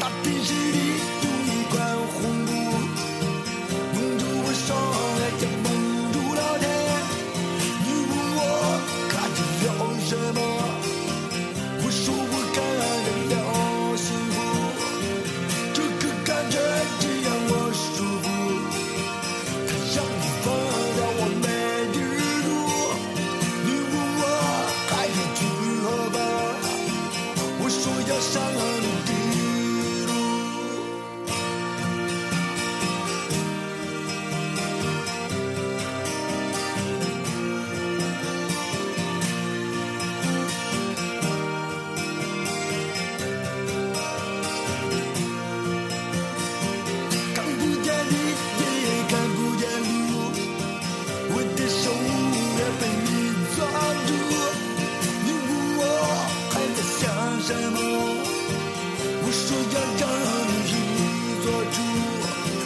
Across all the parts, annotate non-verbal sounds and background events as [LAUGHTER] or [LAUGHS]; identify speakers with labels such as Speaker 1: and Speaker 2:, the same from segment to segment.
Speaker 1: 大城市里有一款红布，蒙住我双眼，也蒙住了天。你问我看见了什么？我说我看见了幸福，这个感觉只让我舒服，它让我放掉我没地儿住。你问我还要去何方？我说要上陆地路。看不见你，也看不见路，我的手也被你抓住。你问我还在想什么？我说要让你做主，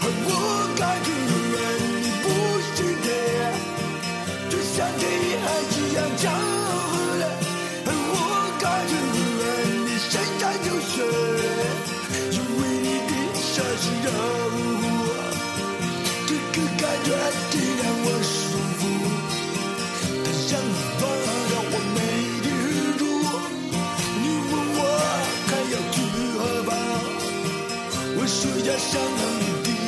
Speaker 1: 而我看见永远你不是的，就像这海一样江河了，而我看见永远你身上有血。因为你的消失让我，这个感觉真让我舒服，它让我忘了我没地儿住。你问我还要去何方？我说要上你的路。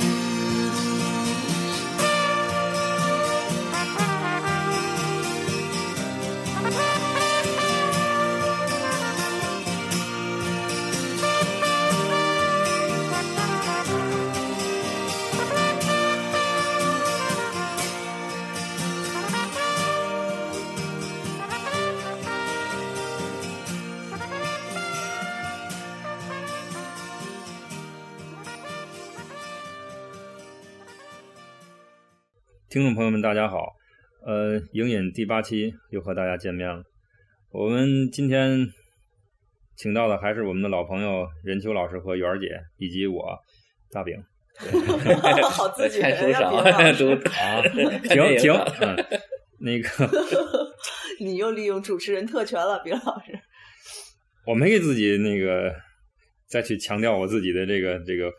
Speaker 2: 听众朋友们，大家好，呃，影引第八期又和大家见面了。我们今天请到的还是我们的老朋友任秋老师和媛儿姐，以及我大饼。 [LAUGHS]
Speaker 3: 好自己
Speaker 4: 看
Speaker 3: 人
Speaker 4: 书
Speaker 3: 呀，
Speaker 4: 少
Speaker 3: 别忘，
Speaker 4: [LAUGHS]
Speaker 3: 了
Speaker 4: 读
Speaker 2: 啊，
Speaker 4: 看
Speaker 2: 停
Speaker 4: 电
Speaker 2: 停，
Speaker 4: 影
Speaker 2: 嗯，那个 [LAUGHS]
Speaker 3: 你又利用主持人特权了，别老师。
Speaker 2: 我没给自己那个再去强调我自己的这个这个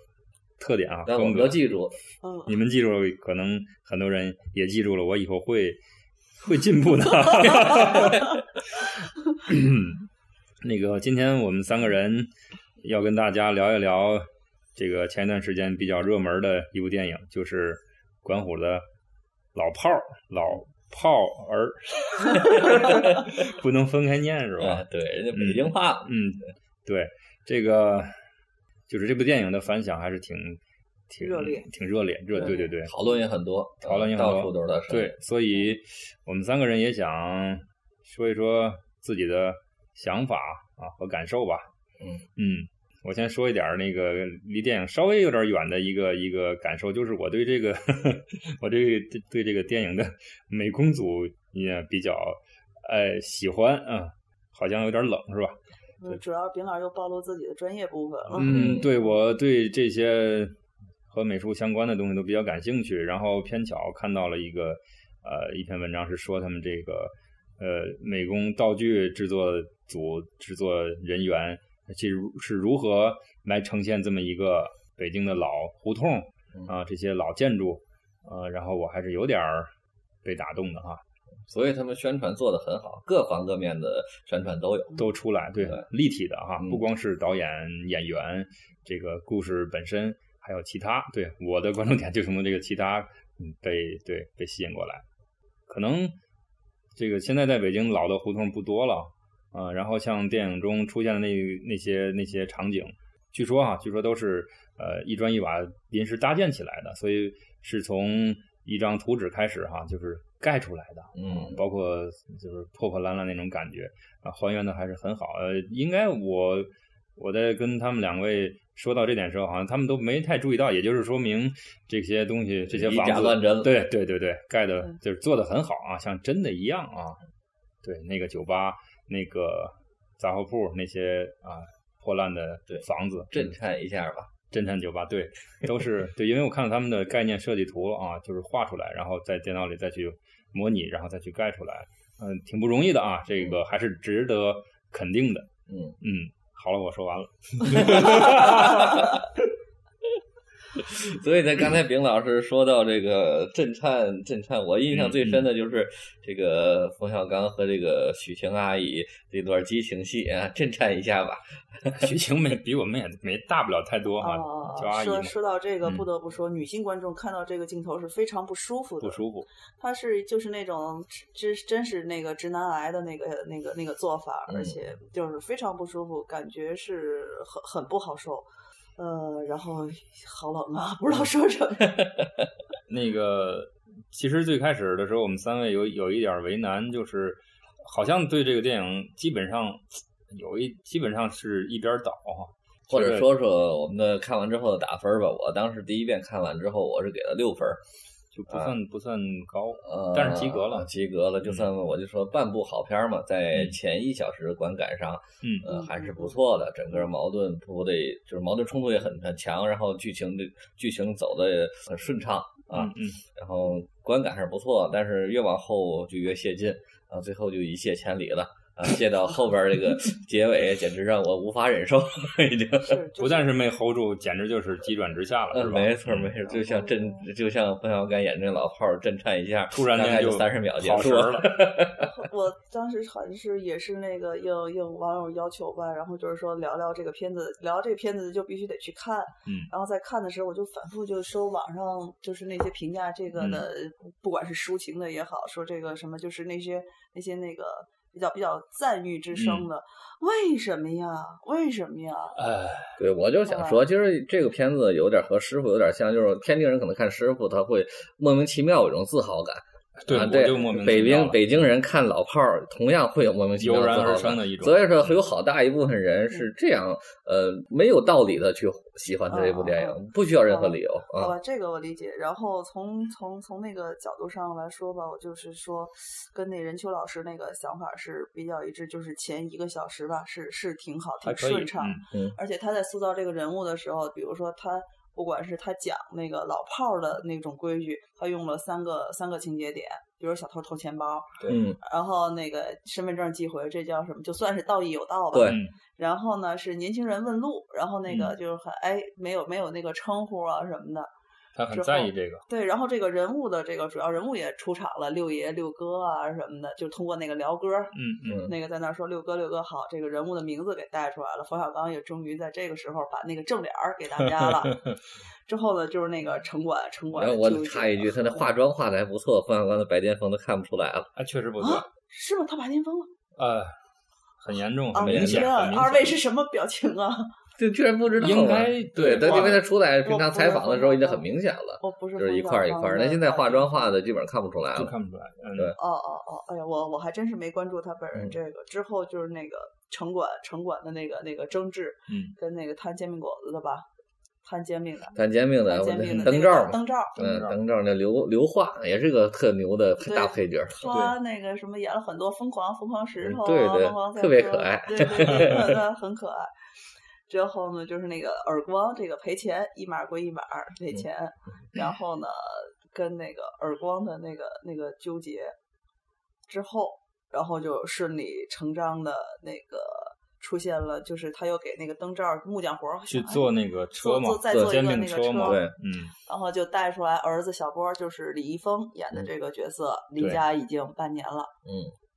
Speaker 2: 特点啊，
Speaker 4: 那我
Speaker 2: 风
Speaker 4: 们
Speaker 2: 格
Speaker 4: 都。记住，
Speaker 3: 嗯，
Speaker 2: 你们记住了，可能很多人也记住了，我以后会会进步的。 [LAUGHS] 那个，今天我们三个人要跟大家聊一聊这个前一段时间比较热门的一部电影，就是管虎的《老炮儿》，老炮儿， [LAUGHS] 不能分开念是吧
Speaker 4: 啊，？对，人家北京话，
Speaker 2: 嗯，对，这个就是这部电影的反响还是挺挺
Speaker 3: 热烈，
Speaker 2: 挺热烈，热对对对
Speaker 4: 讨论也很多，
Speaker 2: 讨论也很多
Speaker 4: 到处都是他声音
Speaker 2: 对，，所以我们三个人也想说一说自己的想法啊和感受吧。
Speaker 4: 嗯
Speaker 2: 嗯，我先说一点儿那个离电影稍微有点远的一个一个感受，就是我对这个 [LAUGHS] 我对对这个电影的美工组也比较呃喜欢啊，好像有点冷是吧？
Speaker 3: 嗯主要饼老师又暴露自己的专业部分了。
Speaker 2: 嗯，
Speaker 4: 嗯
Speaker 2: 对，我对这些和美术相关的东西都比较感兴趣。然后偏巧看到了一个呃一篇文章，是说他们这个呃美工道具制作组制作人员其实是如何来呈现这么一个北京的老胡同
Speaker 4: 嗯
Speaker 2: 啊、这些老建筑啊、呃，然后我还是有点儿被打动的哈，
Speaker 4: 所以他们宣传做得很好，各方各面的宣传都有。
Speaker 2: 都出来，对
Speaker 4: 嗯对，
Speaker 2: 立体的哈，
Speaker 4: 嗯
Speaker 2: 不光是导演、演员，这个故事本身，还有其他。对，我的关注点就从这个其他嗯被对被吸引过来。可能这个现在在北京老的胡同不多了啊、然后像电影中出现的那那些那些场景，据说啊，据说都是呃一砖一瓦临时搭建起来的，所以是从一张图纸开始哈、就是盖出来的。
Speaker 4: 嗯，
Speaker 2: 包括就是破破烂烂那种感觉啊，还原的还是很好。呃，应该我我在跟他们两位说到这点时候，好像他们都没太注意到，也就是说明这些东西这些
Speaker 4: 以
Speaker 2: 房
Speaker 4: 假
Speaker 2: 子
Speaker 4: 乱真了
Speaker 2: 对对对对，盖的
Speaker 3: 嗯
Speaker 2: 就是做的很好啊，像真的一样啊。对，那个酒吧、那个杂货铺那些啊破烂的
Speaker 4: 对
Speaker 2: 房子，嗯
Speaker 4: 震颤一下吧。 [LAUGHS]
Speaker 2: 侦探酒吧，
Speaker 3: [LAUGHS]
Speaker 2: 对，都是对，因为我看到他们的概念设计图啊，就是画出来，然后在电脑里再去模拟，然后再去盖出来，嗯，挺不容易的啊，这
Speaker 3: 嗯
Speaker 2: 个还是值得肯定的。
Speaker 4: 嗯，
Speaker 2: 嗯，好了，我说完了。 [LAUGHS]
Speaker 4: 所以在刚才丙老师说到这个震颤震颤，我印象最深
Speaker 2: 嗯
Speaker 4: 的就是这个冯小刚和这个许晴阿姨这段激情戏啊，震颤一下吧。
Speaker 2: 徐晴没比我们也没大不了太多哈、
Speaker 3: 哦
Speaker 2: 叫阿姨嘛
Speaker 3: 说，说到这个，
Speaker 2: 嗯
Speaker 3: 不得不说，女性观众看到这个镜头是非常不舒服的，
Speaker 2: 不舒服。
Speaker 3: 他是就是那种真真是那个直男癌的那个那个那个做法，
Speaker 4: 嗯
Speaker 3: 而且就是非常不舒服，感觉是很很不好受。呃，然后好冷啊，不
Speaker 2: 嗯
Speaker 3: 知道
Speaker 2: [LAUGHS]
Speaker 3: 说什么。
Speaker 2: 那个其实最开始的时候，我们三位有有一点为难，就是好像对这个电影基本上有一基本上是一边倒哈，
Speaker 4: 或者
Speaker 2: 是
Speaker 4: 说说我们的看完之后的打分吧。我当时第一遍看完之后，我是给了六分儿，
Speaker 2: 就
Speaker 3: 啊
Speaker 2: 不算、不算高。
Speaker 4: 呃，
Speaker 2: 但是及格了
Speaker 4: 及格了，就算我就说半部好片儿嘛，在
Speaker 2: 嗯
Speaker 4: 前一小时的观感上，
Speaker 2: 嗯
Speaker 4: 呃，
Speaker 3: 嗯
Speaker 4: 还是
Speaker 3: 嗯
Speaker 4: 不
Speaker 3: 嗯
Speaker 4: 错的。整个矛盾不得就是矛盾冲突也很很强，然后剧情的剧情走的很顺畅啊，
Speaker 2: 嗯嗯。
Speaker 4: 然后观感还是不错，但是越往后就越泄劲啊，最后就一泻千里了。
Speaker 2: [LAUGHS]
Speaker 4: 啊，泄到后边儿这个结尾，简直让我无法忍受，啊已经。
Speaker 3: 是，就
Speaker 2: 不但是没 hold 住，简直就是急转直下了，是
Speaker 4: 嗯，
Speaker 2: 吧？
Speaker 4: [LAUGHS] 没错没错，就像震，就像冯小刚演这老炮儿震颤一下，
Speaker 2: 突然
Speaker 4: 大概
Speaker 2: 间
Speaker 4: 就
Speaker 2: 就
Speaker 4: 三十秒结
Speaker 2: 好
Speaker 4: 束
Speaker 2: 神儿了。
Speaker 4: [LAUGHS]
Speaker 3: [LAUGHS] 我当时好像是也是那个应应网友要求吧，然后就是说聊聊这个片子，聊这个片子就必须得去看。
Speaker 2: 嗯
Speaker 3: 然后在看的时候，我就反复就搜网上就是那些评价这个的，不管是抒情的也好，说这个什么就是那些那些那个比较比较赞誉之声的，为什么呀？为什么呀？
Speaker 2: 哎，
Speaker 4: 对，我就想说，其实这个片子有点和师傅有点像，就是天津人可能看师傅，他会莫名其妙有一种自豪感。
Speaker 2: 对，
Speaker 4: 啊、
Speaker 2: 我
Speaker 4: 对
Speaker 2: 就莫名
Speaker 4: 北
Speaker 2: 其妙
Speaker 4: 京
Speaker 2: 了
Speaker 4: 北京人看老炮儿，同样会有莫名其妙
Speaker 2: 油然
Speaker 4: 自豪
Speaker 2: 而
Speaker 4: 感
Speaker 2: 生的一种
Speaker 4: 所以说，有好大一部分人是这样，呃，没有道理的去喜欢这部电
Speaker 3: 啊
Speaker 4: 影，不需要任何理由
Speaker 2: 呃
Speaker 3: 好
Speaker 4: 啊。
Speaker 3: 吧，哦这个我理解。然后从从从那个角度上来说吧，我就是说，跟那任秋老师那个想法是比较一致，就是前一个小时吧，是是挺好，
Speaker 2: 还可
Speaker 3: 挺
Speaker 2: 以，
Speaker 3: 顺畅。
Speaker 2: 嗯，
Speaker 3: 而且他在塑造这个人物的时候，比如说他不管是他讲那个老炮儿的那种规矩，他用了三个三个情节点，比如小偷偷钱包，
Speaker 4: 嗯，
Speaker 3: 然后那个身份证寄回，这叫什么？就算是道义有道吧。
Speaker 4: 对
Speaker 2: 嗯
Speaker 3: 然后呢是年轻人问路，然后那个
Speaker 2: 嗯
Speaker 3: 就是很、哎没有没有那个称呼啊什么的。
Speaker 2: 他很
Speaker 3: 之
Speaker 2: 在意
Speaker 3: 后
Speaker 2: 这个，
Speaker 3: 对，然后这个人物的这个主要人物也出场了，六爷、六哥啊什么的，就通过那个聊歌儿，
Speaker 2: 嗯嗯，
Speaker 4: 嗯
Speaker 3: 那个在那儿说六哥六哥好，这个人物的名字给带出来了。冯小刚也终于在这个时候把那个正脸儿给大
Speaker 2: [LAUGHS]
Speaker 3: 家
Speaker 4: [LAUGHS]
Speaker 3: 了。之后呢，就是那个城管，城管
Speaker 4: 然后
Speaker 3: 的
Speaker 4: 哎我
Speaker 3: 纠结
Speaker 4: 插一句，他的化妆化的还不错，冯小刚的白癜风都看不出来了。
Speaker 2: 还确实不错
Speaker 3: 啊，， [LAUGHS] 是吗？他白癜风了
Speaker 2: 呃，很严重，
Speaker 3: 啊！
Speaker 2: 很明显，
Speaker 3: 天啊
Speaker 2: 很明
Speaker 3: 二位
Speaker 2: 显
Speaker 3: 是什么表情啊？
Speaker 4: 这居然不知道啊，
Speaker 2: 应该对
Speaker 4: 对，但因为
Speaker 2: 化
Speaker 4: 他出来平
Speaker 3: 我
Speaker 4: 常
Speaker 3: 不
Speaker 4: 采
Speaker 3: 是
Speaker 4: 访
Speaker 3: 冯
Speaker 4: 的时候
Speaker 3: 小
Speaker 4: 已经
Speaker 3: 刚
Speaker 4: 很明显了，
Speaker 3: 我哦不是
Speaker 4: 就是一
Speaker 3: 冯
Speaker 4: 块儿一
Speaker 3: 小
Speaker 4: 块儿。
Speaker 3: 刚
Speaker 4: 那现
Speaker 3: 的
Speaker 4: 在
Speaker 3: 表
Speaker 4: 化
Speaker 3: 情
Speaker 4: 妆化的基本看不出来
Speaker 2: 就
Speaker 4: 了。
Speaker 2: 看不出来，嗯，
Speaker 4: 对
Speaker 3: 哦哦哦，哎呀，我我还真是没关注他本人
Speaker 4: 嗯
Speaker 3: 这个。之后就是那个城管城管的那个那个争执，
Speaker 2: 嗯，
Speaker 3: 跟那个摊煎饼果子的吧，摊煎饼的，
Speaker 4: 反煎饼的
Speaker 3: 摊煎饼的
Speaker 4: 灯
Speaker 3: 那个
Speaker 4: 罩儿嘛，
Speaker 3: 灯罩儿，
Speaker 4: 嗯，
Speaker 2: 灯罩
Speaker 4: 灯罩儿那刘刘化也是个特牛的
Speaker 3: 对
Speaker 4: 大配角儿。
Speaker 3: 他那个什么演了很多疯狂疯狂石头啊，
Speaker 4: 嗯对对
Speaker 3: 疯狂赛
Speaker 4: 特别
Speaker 3: 车
Speaker 4: 可爱
Speaker 3: 对对对，
Speaker 4: [LAUGHS]
Speaker 3: 很可很可爱。之后呢，就是那个耳光，这个赔钱一码归一码
Speaker 4: 嗯
Speaker 3: 赔钱，然后呢，跟那个耳光的那个那个纠结之后，然后就顺理成章的那个出现了，就是他又给那个灯罩木匠活儿
Speaker 2: 去做那个车嘛
Speaker 3: 做，再
Speaker 2: 做
Speaker 3: 做一
Speaker 2: 煎
Speaker 3: 个
Speaker 2: 饼
Speaker 3: 那个车
Speaker 2: 嘛，
Speaker 4: 对
Speaker 2: 嗯，
Speaker 3: 然后就带出来儿子小波，就是李易峰演的这个角色，
Speaker 2: 嗯
Speaker 3: 离
Speaker 2: 对
Speaker 3: 家已经半年了，
Speaker 4: 嗯，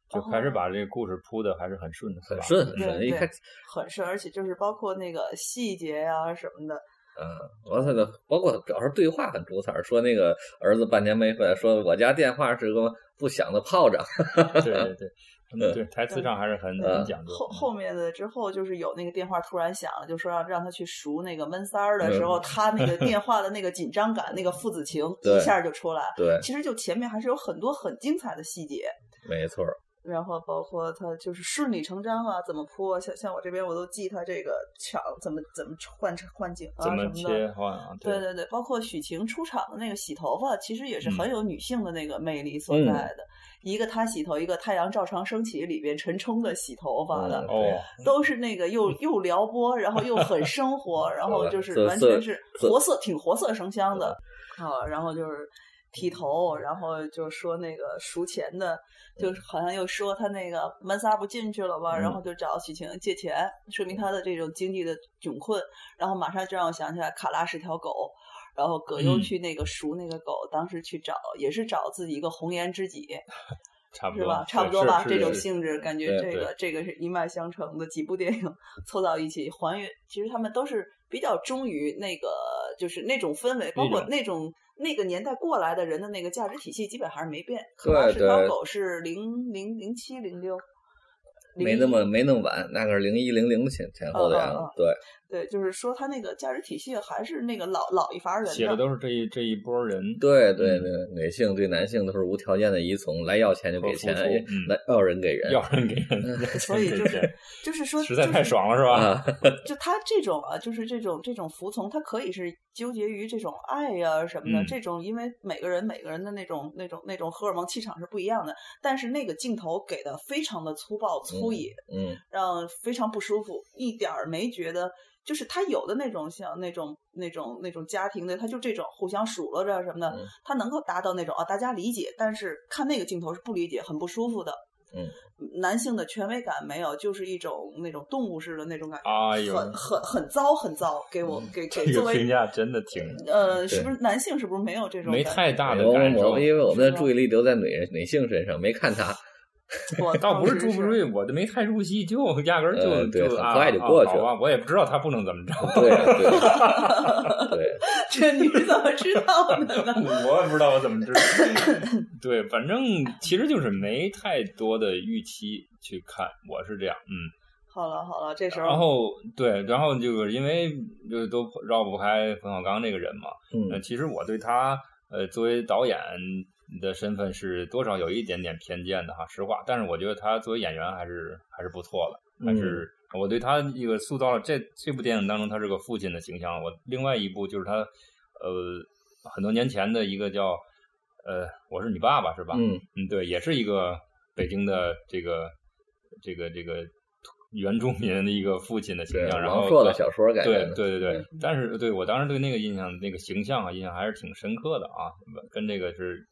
Speaker 2: 就还
Speaker 3: 哦
Speaker 2: 是把这个故事铺的还是很顺的，
Speaker 4: 很顺很
Speaker 2: 嗯
Speaker 3: 对
Speaker 4: 顺，一
Speaker 3: 对
Speaker 4: 看，
Speaker 3: 很深，而且就是包括那个细节呀、什么的，
Speaker 4: 嗯，完他的包括表示对话很出彩儿，说那个儿子半年没回来，说我家电话是个不响的炮仗，
Speaker 2: 对
Speaker 4: [LAUGHS]
Speaker 2: 对对，嗯对，台词上还是很
Speaker 4: 嗯
Speaker 2: 很嗯讲究。
Speaker 3: 后后面的之后就是有那个电话突然响了，就说让让他去赎那个闷三
Speaker 2: 嗯
Speaker 3: 儿的
Speaker 2: [LAUGHS]
Speaker 3: 时候，他那个电话的那个紧张感、那个父子情
Speaker 4: 对
Speaker 3: 一下就出来。 [LAUGHS]
Speaker 4: 对，
Speaker 3: 其实就前面还是有很多很精彩的细节，
Speaker 4: 没错儿，
Speaker 3: 然后包括他就是顺理成章啊，怎么铺啊，像像我这边我都记他这个场怎么怎么换换景啊
Speaker 2: 怎
Speaker 3: 什么
Speaker 2: 么
Speaker 3: 的。
Speaker 2: 切换啊？
Speaker 3: 对对对，包括许晴出场的那个洗头发，其实也是很
Speaker 2: 嗯
Speaker 3: 有女性的那个魅力所
Speaker 4: 嗯
Speaker 3: 在的。一个她洗头，一个太阳照常升起里边陈冲的洗头发的，
Speaker 4: 嗯
Speaker 2: 哦，
Speaker 3: 都是那个又又撩拨，然后又很生活，然后就是
Speaker 4: 嗯色
Speaker 3: 完
Speaker 4: 色嗯
Speaker 3: 全是活色，挺活色生香的啊。然后就是剃头，然后就说那个赎钱的，就是好像又说他那个门萨不进去了吧，然
Speaker 4: 嗯
Speaker 3: 后就找许晴借钱，说明他的这种经济的窘困。然后马上就让我想起来，卡拉是条狗。然后葛优
Speaker 2: 嗯
Speaker 3: 去那个赎那个狗，当时去找也是找自己一个红颜知己，
Speaker 2: 差不
Speaker 3: 是
Speaker 2: 多
Speaker 3: 吧？
Speaker 2: 对
Speaker 3: 差不多
Speaker 2: 是
Speaker 3: 吧，
Speaker 2: 是
Speaker 3: 这种
Speaker 2: 是
Speaker 3: 性质，感觉
Speaker 4: 对
Speaker 3: 这
Speaker 2: 对
Speaker 3: 个这个是一脉相承的几部电影凑到一起还原，其实他们都是比较忠于那个就是那种氛围，包括
Speaker 2: 种
Speaker 3: 那种那个年代过来的人的那个价值体系，基本还是没变。
Speaker 4: 对
Speaker 3: 可是条
Speaker 4: 对
Speaker 3: 狗是零零零七零六，
Speaker 4: 没那么没那么晚，那个是零一零零前前后的样
Speaker 3: 嗯嗯
Speaker 4: 子
Speaker 3: 嗯，
Speaker 4: 对，
Speaker 3: 对，就是说他那个价值体系还是那个老老一伐人
Speaker 2: 写的都是这一这一波人，
Speaker 3: 嗯
Speaker 4: 对对对，女性对男性都是无条件的依从，来要钱就给
Speaker 2: 和付
Speaker 4: 钱，
Speaker 2: 出
Speaker 4: 也
Speaker 2: 嗯
Speaker 4: 来要人给人啊
Speaker 2: 要人给
Speaker 4: 嗯
Speaker 2: 人，
Speaker 3: 所以就是就是说
Speaker 2: 实在
Speaker 3: 就
Speaker 2: 太
Speaker 3: 是
Speaker 2: 爽了，是吧？
Speaker 4: 啊，
Speaker 3: 就他这种啊，就是这种这种服从，他可以是纠结于这种爱呀、什么的，
Speaker 2: 嗯
Speaker 3: 这种因为每个人每个人的那种那种那种荷尔蒙气场是不一样的，但是那个镜头给的非常的粗暴粗野，
Speaker 4: 嗯，
Speaker 3: 让非常不舒服，一点儿没觉得。就是他有的那种像那种那种那种家庭的，他就这种互相数落着什么的，
Speaker 4: 嗯
Speaker 3: 他能够达到那种啊大家理解，但是看那个镜头是不理解，很不舒服的。
Speaker 4: 嗯，
Speaker 3: 男性的权威感没有，就是一种那种动物式的那种感觉，
Speaker 2: 哎呦嗯
Speaker 3: 很很很糟很糟，给我给给
Speaker 2: 这
Speaker 3: 作
Speaker 2: 个评
Speaker 3: 为
Speaker 2: 价真的挺
Speaker 3: 呃，
Speaker 4: 对
Speaker 3: 是不是男性是不是没有这种
Speaker 2: 没
Speaker 3: 感
Speaker 2: 太大的
Speaker 4: 我
Speaker 2: 感
Speaker 4: 哎我
Speaker 2: 受
Speaker 4: 我，
Speaker 3: [LAUGHS]
Speaker 4: 因为我们
Speaker 3: 是
Speaker 4: 的
Speaker 3: 吧
Speaker 4: 注意力留在女人女性身上，没
Speaker 2: [LAUGHS]
Speaker 4: 看她，
Speaker 3: 觉？我
Speaker 2: 倒不是
Speaker 3: 当时
Speaker 2: 注不注意，我都没太入戏，就压根儿
Speaker 4: 呃
Speaker 2: 就
Speaker 4: 对
Speaker 2: 就
Speaker 4: 很
Speaker 2: 啊
Speaker 4: 快就过去
Speaker 2: 啊
Speaker 4: 了
Speaker 2: 好吧我也不知道他不能怎么着， [LAUGHS]
Speaker 4: 对啊对啊对，
Speaker 3: 这你是怎么知道的呢？ [LAUGHS]
Speaker 2: 我也不知道我怎么知道。 [LAUGHS] 对，反正其实就是没太多的预期去看，我是这样，嗯。
Speaker 3: 好了好了，这时候
Speaker 2: 然后对，然后就是因为就都绕不开冯小刚这个人嘛。 [LAUGHS] 呃，
Speaker 4: 嗯
Speaker 2: 其实我对他呃作为导演的身份是多少有一点点偏见的哈，实话。但是我觉得他作为演员还是还是不错的，
Speaker 4: 嗯
Speaker 2: 还是、我对他这个塑造了这这部电影当中他是个父亲的形象。我另外一部就是他呃很多年前的一个叫呃我是你爸爸是吧？
Speaker 4: 嗯
Speaker 2: 嗯，对，也是一个北京的这个这个这个原住民的一个父亲的形
Speaker 4: 对，
Speaker 2: 啊象，然
Speaker 4: 王
Speaker 2: 后
Speaker 4: 朔的
Speaker 2: 到
Speaker 4: 小说改
Speaker 2: 对
Speaker 4: 编的，
Speaker 2: 对对对
Speaker 4: 嗯，
Speaker 2: 但是对我当时对那个印象、那个形象啊，印象还是挺深刻的啊，跟这个是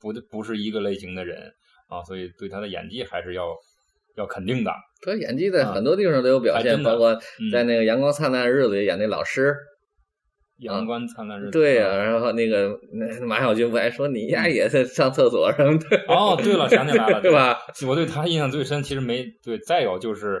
Speaker 2: 不不是一个类型的人啊，所以对他的演技还是要要肯定的。
Speaker 4: 他演技在
Speaker 2: 啊
Speaker 4: 很多地方都有表
Speaker 2: 还
Speaker 4: 现，
Speaker 2: 真的
Speaker 4: 包括
Speaker 2: 嗯、
Speaker 4: 在那个《阳光灿烂的日子》里演那老师，
Speaker 2: 阳光灿烂日子，嗯啊
Speaker 4: 对啊呀、然后那个那马小军不还说你呀也在上厕所什么的，
Speaker 2: 哦，对了，想起来了，
Speaker 4: [LAUGHS] 对吧？
Speaker 2: 我对他印象最深，其实没对。再有就是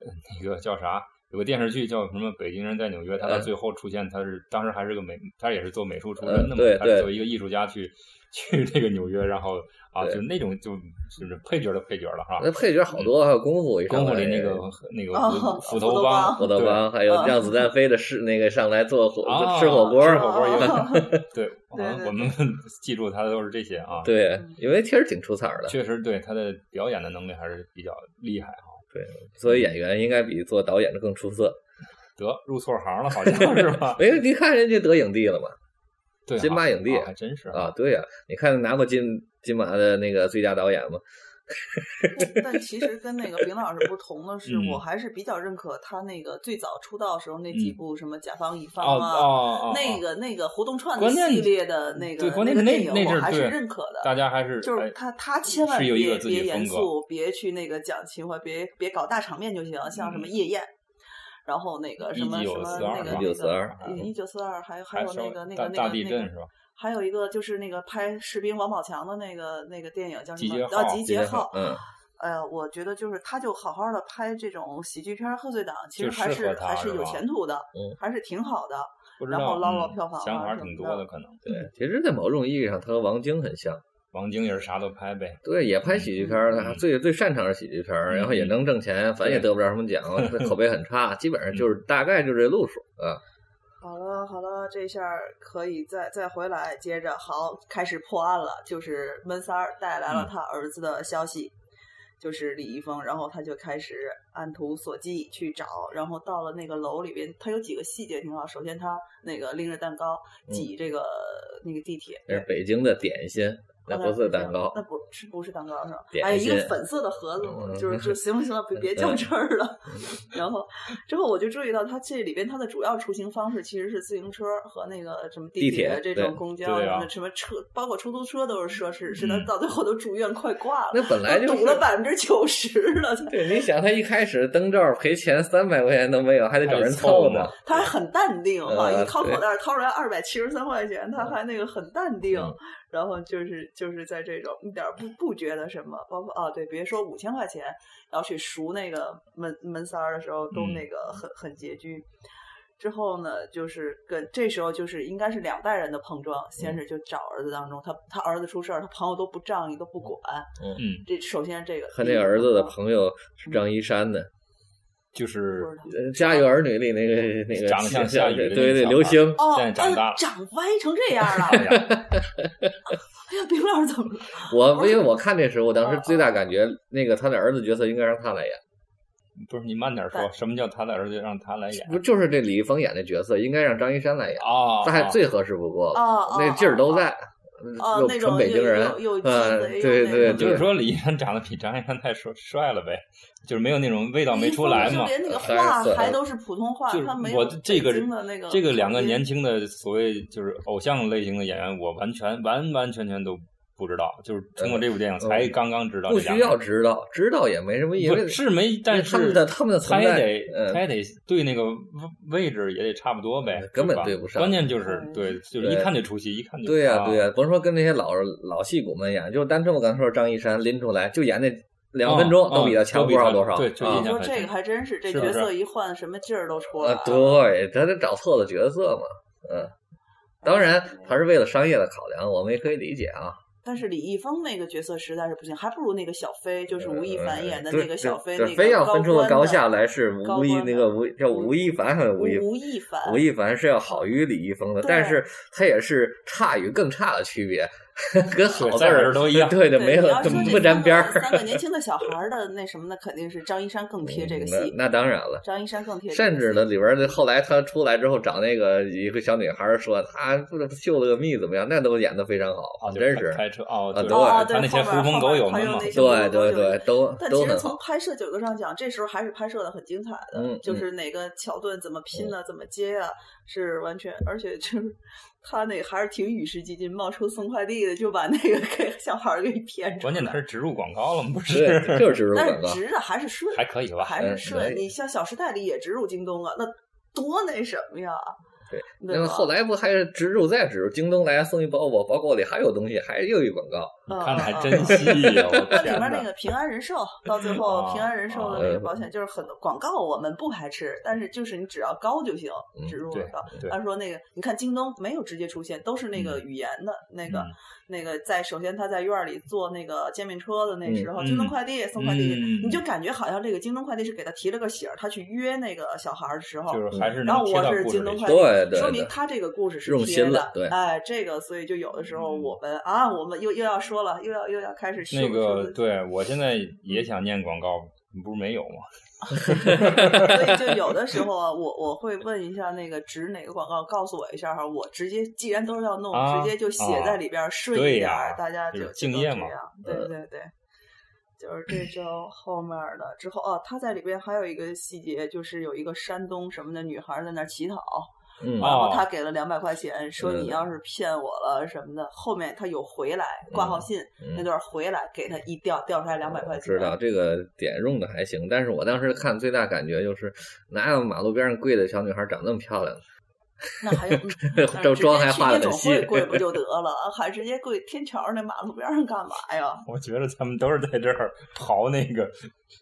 Speaker 2: 呃那个叫啥，有个电视剧叫什么《北京人在纽约》，他到
Speaker 4: 嗯
Speaker 2: 最后出现，他是当时还是个美，他也是做美术出身的嘛，
Speaker 4: 嗯对
Speaker 2: 他是
Speaker 4: 对
Speaker 2: 作为一个艺术家去去这个纽约，然后啊，
Speaker 4: 对嗯
Speaker 2: 就那种就就是配角的配角了哈。
Speaker 4: 那配角好多，还有功夫，
Speaker 2: 功夫里那个那个
Speaker 3: 哦
Speaker 2: 斧
Speaker 3: 斧
Speaker 2: 头
Speaker 3: 头
Speaker 2: 帮，
Speaker 3: 帮
Speaker 4: 斧头
Speaker 2: 对
Speaker 4: 帮，还有
Speaker 3: 嗯
Speaker 4: 让子弹飞的是那个上来做火
Speaker 2: 啊
Speaker 4: 吃火锅
Speaker 2: 吃
Speaker 4: 儿，
Speaker 2: 火锅儿一
Speaker 3: [LAUGHS] 啊
Speaker 2: 个，对，好
Speaker 3: 对
Speaker 2: 像
Speaker 3: 对
Speaker 2: 我们 [LAUGHS] 记住他的都是这些啊。，
Speaker 4: 对
Speaker 3: 嗯，
Speaker 4: 因为确实挺出彩儿的，
Speaker 2: 确实对他的表演的能力还是比较厉害啊。
Speaker 4: 作为演员应该比做导演的更出色。
Speaker 2: 得入错行了，好像是吧
Speaker 4: [LAUGHS] ？没有，你看人家得影帝了嘛？
Speaker 2: 对啊，
Speaker 4: 金马影帝
Speaker 2: 啊还真是
Speaker 4: 啊，对呀、你看拿过金金马的那个最佳导演嘛？
Speaker 3: 但其实跟那个丙老师不同的是，
Speaker 2: 嗯
Speaker 3: 我还是比较认可他那个最早出道时候那几部什么《甲方乙
Speaker 2: 哦
Speaker 3: 方》啊，
Speaker 2: 哦哦，
Speaker 3: 那
Speaker 2: 个
Speaker 3: 个那个胡同串子
Speaker 2: 关键
Speaker 3: 系列的那个
Speaker 2: 对，关
Speaker 3: 那
Speaker 2: 键
Speaker 3: 个
Speaker 2: 是
Speaker 3: 电
Speaker 2: 那
Speaker 3: 影，
Speaker 2: 那阵
Speaker 3: 我
Speaker 2: 儿
Speaker 3: 还是
Speaker 2: 对
Speaker 3: 认可的。
Speaker 2: 大家还是
Speaker 3: 就是
Speaker 2: 哎
Speaker 3: 他，他千万
Speaker 2: 是有一个
Speaker 3: 别
Speaker 2: 自己
Speaker 3: 别
Speaker 2: 风
Speaker 3: 严
Speaker 2: 格
Speaker 3: 肃，别去那个讲情怀，别别搞大场面就行。像
Speaker 2: 嗯
Speaker 3: 什么夜宴，然后那个什么什么
Speaker 2: 1942
Speaker 3: 那个嗯
Speaker 2: 吧
Speaker 4: 1942
Speaker 3: 一九四二，还有还
Speaker 2: 还
Speaker 3: 有
Speaker 2: 稍
Speaker 3: 那
Speaker 2: 微
Speaker 3: 个那
Speaker 2: 大
Speaker 3: 个那
Speaker 2: 大
Speaker 3: 个
Speaker 2: 地
Speaker 3: 那
Speaker 2: 震
Speaker 3: 个
Speaker 2: 是吧？
Speaker 3: 还有一个就是那个拍士兵王宝强的那个那个电影叫什
Speaker 2: 集
Speaker 3: 么
Speaker 2: 结？
Speaker 3: 叫
Speaker 2: 号
Speaker 3: 集结号。
Speaker 4: 嗯，
Speaker 3: 呃，我觉得就是他就好好的拍这种喜剧片儿贺岁档，其
Speaker 2: 就
Speaker 3: 实还
Speaker 2: 适合
Speaker 3: 是
Speaker 2: 他
Speaker 3: 还
Speaker 2: 是
Speaker 3: 有
Speaker 2: 吧
Speaker 3: 前途的，
Speaker 4: 嗯
Speaker 3: 还是挺好的。
Speaker 2: 不知
Speaker 3: 然
Speaker 2: 道
Speaker 3: 后捞捞
Speaker 2: 嗯
Speaker 3: 票房
Speaker 2: 想
Speaker 3: 啊
Speaker 2: 法
Speaker 3: 什
Speaker 2: 挺
Speaker 3: 么
Speaker 2: 多
Speaker 3: 的
Speaker 2: 的，可能
Speaker 4: 对，其实，在某种意义上，他和王晶很像，
Speaker 2: 王晶也是啥都拍呗。
Speaker 4: 对，也拍喜剧片儿，他最最擅长是喜剧片儿，然后也能挣钱，反正也得不着什么 [LAUGHS] 奖，口碑很差，基本上就是大概就这路数啊。
Speaker 3: 好了好了，这下儿可以再再回来，接着好开始破案了。就是闷三儿带来了
Speaker 2: 嗯
Speaker 3: 他儿子的消息，就是李易峰，然后他就开始按图索骥去找，然后到了那个楼里边，他有几个细节挺好。首先他那个拎着蛋糕
Speaker 2: 嗯
Speaker 3: 挤这个、那个地铁，
Speaker 4: 这是北京的点心，那不是蛋糕
Speaker 3: 那，不是不是蛋糕是吧？
Speaker 4: 点
Speaker 3: 哎，一个
Speaker 4: 心
Speaker 3: 粉色的盒子，
Speaker 4: 嗯
Speaker 3: 我
Speaker 4: 嗯
Speaker 3: 就是就行了行了，别别较真儿了。然后之后我就注意到，它这里边它的主要出行方式其实是自行车和那个什么
Speaker 4: 地
Speaker 3: 铁
Speaker 4: 铁
Speaker 3: 这
Speaker 4: 对
Speaker 3: 种公交
Speaker 2: 对
Speaker 3: 什
Speaker 2: 啊
Speaker 3: 么的什么车，包括出租车都是奢侈，使得
Speaker 2: 嗯
Speaker 3: 到最后都住院快挂了，
Speaker 4: 那本来就
Speaker 3: 都
Speaker 4: 是
Speaker 3: 堵了百分之九十了。
Speaker 4: 对，你想他一开始登照赔钱三百块钱都没有，还得找人凑呢。
Speaker 3: 他还很淡定哈，
Speaker 4: 呃
Speaker 3: 一掏口
Speaker 4: 对
Speaker 3: 袋掏出来二百七十三块钱，他还那个很淡定
Speaker 4: 嗯，
Speaker 3: 然后就是就是在这种一点儿不不觉得什么，包括啊对，别说五千块钱，然后去赎那个门门三儿的时候都
Speaker 2: 嗯
Speaker 3: 那个很很拮据。之后呢，就是跟这时候就是应该是两代人的碰撞，先是就找儿子当中，他他儿子出事儿，他朋友都不仗义都不管，
Speaker 2: 嗯，
Speaker 3: 这首先这个
Speaker 4: 他那儿子的
Speaker 3: 啊
Speaker 4: 朋友是张一山的，
Speaker 2: 就是
Speaker 3: 不知道
Speaker 4: 《家有儿女》里那个那个
Speaker 2: 长得像夏雨的那
Speaker 4: 对
Speaker 2: 个
Speaker 4: 对对，
Speaker 2: 小孩
Speaker 4: 刘星
Speaker 3: 哦，
Speaker 2: 现在长
Speaker 3: 哎
Speaker 2: 大了
Speaker 3: 长歪成这样了。
Speaker 2: [LAUGHS] 哎
Speaker 3: [LAUGHS]
Speaker 2: 呀，
Speaker 3: 哎呀，冰老师怎么了？
Speaker 4: 我因为我看这时候，我当
Speaker 3: 哦
Speaker 4: 时最大感觉，那个他的儿子角色应该让他来演，
Speaker 2: 不是你慢点说，
Speaker 3: 对
Speaker 2: 什么叫他的儿子让他来演？
Speaker 3: 哦
Speaker 4: 不就是这李易峰演的角色应该让张一山来演，
Speaker 2: 啊，
Speaker 4: 他还最合适不过了，
Speaker 3: 哦，
Speaker 4: 那劲儿都
Speaker 3: 哦。
Speaker 4: 在，
Speaker 3: 哦
Speaker 4: 又
Speaker 3: 那
Speaker 4: 纯
Speaker 3: 种
Speaker 4: 北京人
Speaker 3: 又又又，气
Speaker 4: 嗯，
Speaker 3: 氛又
Speaker 4: 对
Speaker 3: 那
Speaker 4: 对，
Speaker 3: 种
Speaker 2: 就是说李易峰长得比张一山太帅帅了呗，就是没有那种味道
Speaker 3: 哦
Speaker 2: 没出来嘛
Speaker 3: 就。连那个
Speaker 4: 还是
Speaker 3: 话
Speaker 4: 色
Speaker 3: 还都是普通话，
Speaker 2: 就是
Speaker 3: 他没有
Speaker 2: 我这个
Speaker 3: 北京的那个
Speaker 2: 这个两个
Speaker 3: 口音
Speaker 2: 年轻的所谓就是偶像类型的演员，我完全完完全全都不知道，就是通过这部电影才刚刚知道
Speaker 4: 呃不
Speaker 2: 这两
Speaker 4: 需
Speaker 2: 个
Speaker 4: 要
Speaker 2: 人。
Speaker 4: 知道，知道也没什么意义，因为
Speaker 2: 不是没，但是
Speaker 4: 他们的他们的存
Speaker 2: 他也
Speaker 4: 在
Speaker 2: 得
Speaker 4: 嗯
Speaker 2: 他也得对那个位置也得差不多呗，
Speaker 4: 呃根本
Speaker 2: 是吧
Speaker 4: 对不上
Speaker 2: 关键就是
Speaker 3: 嗯
Speaker 2: 对，就是一
Speaker 4: 对
Speaker 2: 看就出戏，一看就
Speaker 4: 对呀、
Speaker 2: 啊
Speaker 4: 对呀、甭说跟那些老老戏骨们演，就单纯我刚才说张一山拎出来，就演那两分钟
Speaker 2: 嗯
Speaker 4: 都比他强
Speaker 2: 都比
Speaker 4: 多少
Speaker 2: 他
Speaker 4: 多少，
Speaker 2: 对就
Speaker 4: 啊
Speaker 2: 印
Speaker 3: 你
Speaker 2: 象
Speaker 3: 说
Speaker 2: 很
Speaker 3: 这
Speaker 2: 深
Speaker 3: 个还真是，这
Speaker 2: 是不
Speaker 3: 角
Speaker 2: 是
Speaker 3: 色一换，什么劲儿都出来
Speaker 4: 啊
Speaker 3: 了。
Speaker 4: 对，他得找错了角色嘛，嗯，当然
Speaker 3: 嗯
Speaker 4: 还是为了商业的考量，我们也可以理解啊，
Speaker 3: 但是李易峰那个角色实在是不行，还不如那个小飞，就是吴亦
Speaker 4: 嗯
Speaker 3: 凡演的
Speaker 4: 对
Speaker 3: 那个小飞，
Speaker 4: 对
Speaker 3: 那个
Speaker 4: 非要分出个
Speaker 3: 高
Speaker 4: 高
Speaker 3: 官的
Speaker 4: 下来是
Speaker 3: 高
Speaker 4: 吴亦
Speaker 3: 官
Speaker 4: 那
Speaker 3: 的
Speaker 4: 个吴叫吴亦凡还是吴亦
Speaker 3: 吴吴亦凡，
Speaker 4: 吴亦凡是要好于李易峰的，
Speaker 3: 对
Speaker 4: 但是他也是差与更差的区别， [LAUGHS] 跟好字
Speaker 2: 在哪
Speaker 4: 儿
Speaker 2: 儿都一样
Speaker 4: 对对，
Speaker 3: 对
Speaker 4: 没有
Speaker 3: 你要说这
Speaker 4: 不沾
Speaker 3: 三
Speaker 4: 边
Speaker 3: 个
Speaker 4: 儿。
Speaker 3: 三个年轻的小孩儿的那什么呢？肯定是张一山更贴这个
Speaker 4: 嗯
Speaker 3: 戏，
Speaker 4: 那那当然了。
Speaker 3: 张一山更贴这个戏。
Speaker 4: 甚至呢，里边儿的后来他出来之后找那个一个小女孩儿说，她不是秀了个蜜怎么样？那都演的非常好
Speaker 2: 啊，，就
Speaker 4: 真
Speaker 2: 开
Speaker 4: 是，
Speaker 2: 开车哦，
Speaker 4: 啊
Speaker 2: 就是
Speaker 4: 对
Speaker 2: 他
Speaker 3: 哦对
Speaker 2: 他那些
Speaker 3: 后
Speaker 2: 狐
Speaker 3: 边
Speaker 2: 朋
Speaker 3: 后
Speaker 2: 狗
Speaker 3: 边
Speaker 2: 友
Speaker 3: 还
Speaker 2: 们
Speaker 3: 有
Speaker 2: 嘛
Speaker 3: 那，些
Speaker 4: 对对对，都
Speaker 3: 但
Speaker 4: 都
Speaker 3: 其实
Speaker 4: 很好
Speaker 3: 从。拍摄角度上讲，这时候还是拍摄的很精彩的，
Speaker 4: 嗯
Speaker 3: 就是哪个桥段怎么
Speaker 2: 嗯
Speaker 3: 拼啊，怎么接啊，是完全，而且就是 [LAUGHS] 他那还是挺与时俱进，冒出送快递的就把那个给 [LAUGHS] 小孩儿给骗出
Speaker 2: 关键他
Speaker 3: 来。
Speaker 2: 是植入广告了吗？不 [LAUGHS] 是，
Speaker 4: 对，就是植入
Speaker 3: 但
Speaker 4: 广
Speaker 3: 是
Speaker 4: 告。
Speaker 3: 直的还是顺，
Speaker 2: 还可以吧？
Speaker 3: 还是
Speaker 4: 嗯
Speaker 3: 顺。
Speaker 4: 对
Speaker 3: 你像《小时代》里也植入京东了，那多那什么呀？
Speaker 4: 对
Speaker 3: 吧，嗯
Speaker 4: 那么后来不还是植入再植入？京东来送一包裹，包裹里还有东西，还又一广告。
Speaker 2: 你
Speaker 3: 嗯
Speaker 2: 看的还
Speaker 3: 嗯嗯
Speaker 2: 真细呀！我
Speaker 3: [LAUGHS] 那
Speaker 2: 的
Speaker 3: 里
Speaker 2: 天
Speaker 3: 面那
Speaker 2: 哪！
Speaker 3: 个平安人寿，到最后
Speaker 2: 啊
Speaker 3: 平安人寿的那个
Speaker 4: 啊
Speaker 3: 保险就是很多广告，我们不排斥，但是就是你只要高就行，植入
Speaker 2: 嗯对
Speaker 3: 广告。
Speaker 2: 对
Speaker 3: 他说那个，你看京东没有直接出现，都是那个语言的那个
Speaker 2: 嗯
Speaker 3: 那个在首先他在院儿里做那个煎饼车的那时候，
Speaker 2: 嗯
Speaker 3: 京东快递送快递
Speaker 2: 嗯，
Speaker 3: 你就感觉好像这个京东快递是给他提了个醒儿，他去约那个小孩儿的时候，
Speaker 2: 就
Speaker 4: 嗯
Speaker 2: 是还是
Speaker 3: 然
Speaker 2: 能
Speaker 3: 后
Speaker 2: 贴
Speaker 3: 我
Speaker 2: 到
Speaker 3: 是
Speaker 2: 故事
Speaker 3: 京东
Speaker 2: 里去
Speaker 3: 快
Speaker 4: 对
Speaker 3: 递，
Speaker 4: 对
Speaker 3: 说
Speaker 4: 对
Speaker 3: 明他这个故事是
Speaker 4: 用
Speaker 3: 贴
Speaker 4: 心
Speaker 3: 的
Speaker 4: 了，对
Speaker 3: 哎，这个所以就有的时候我们啊，我们又又要说了，又要又要开始秀
Speaker 2: 嗯那个
Speaker 3: 秀
Speaker 2: 对我现在也想念广告，你不是没有吗？
Speaker 3: 所以
Speaker 2: [LAUGHS]
Speaker 3: 就有的时候啊，我我会问一下那个指哪个广告，告诉我一下哈，我直接既然都要弄，
Speaker 2: 啊
Speaker 3: 直接就写在里边儿，顺一
Speaker 2: 对
Speaker 3: 点
Speaker 2: 呀
Speaker 3: 儿，大家
Speaker 2: 就是
Speaker 3: 就
Speaker 2: 敬业嘛呃
Speaker 3: 就都这样对对对。就是这周后面的之后哦，他在里边还有一个细节，就是有一个山东什么的女孩在那儿乞讨，
Speaker 4: 嗯
Speaker 3: 然后
Speaker 2: 哦
Speaker 3: 他给了两百块钱，说
Speaker 4: 嗯
Speaker 3: 你要是骗我了什么的，后面他有回来挂号信、
Speaker 4: 嗯
Speaker 3: 那段回来给他一调调出来两百块钱，
Speaker 4: 知道这个点用的还行，但是我当时看最大感觉就是，哪有马路边上跪的小女孩长那么漂亮？
Speaker 3: 那还有呃
Speaker 4: 这妆 [LAUGHS] 还化得很细
Speaker 3: 去夜
Speaker 4: [LAUGHS]
Speaker 3: 总会跪不就得了？还直接跪天桥那马路边上干嘛呀？
Speaker 2: 我觉得他们都是在这儿刨那个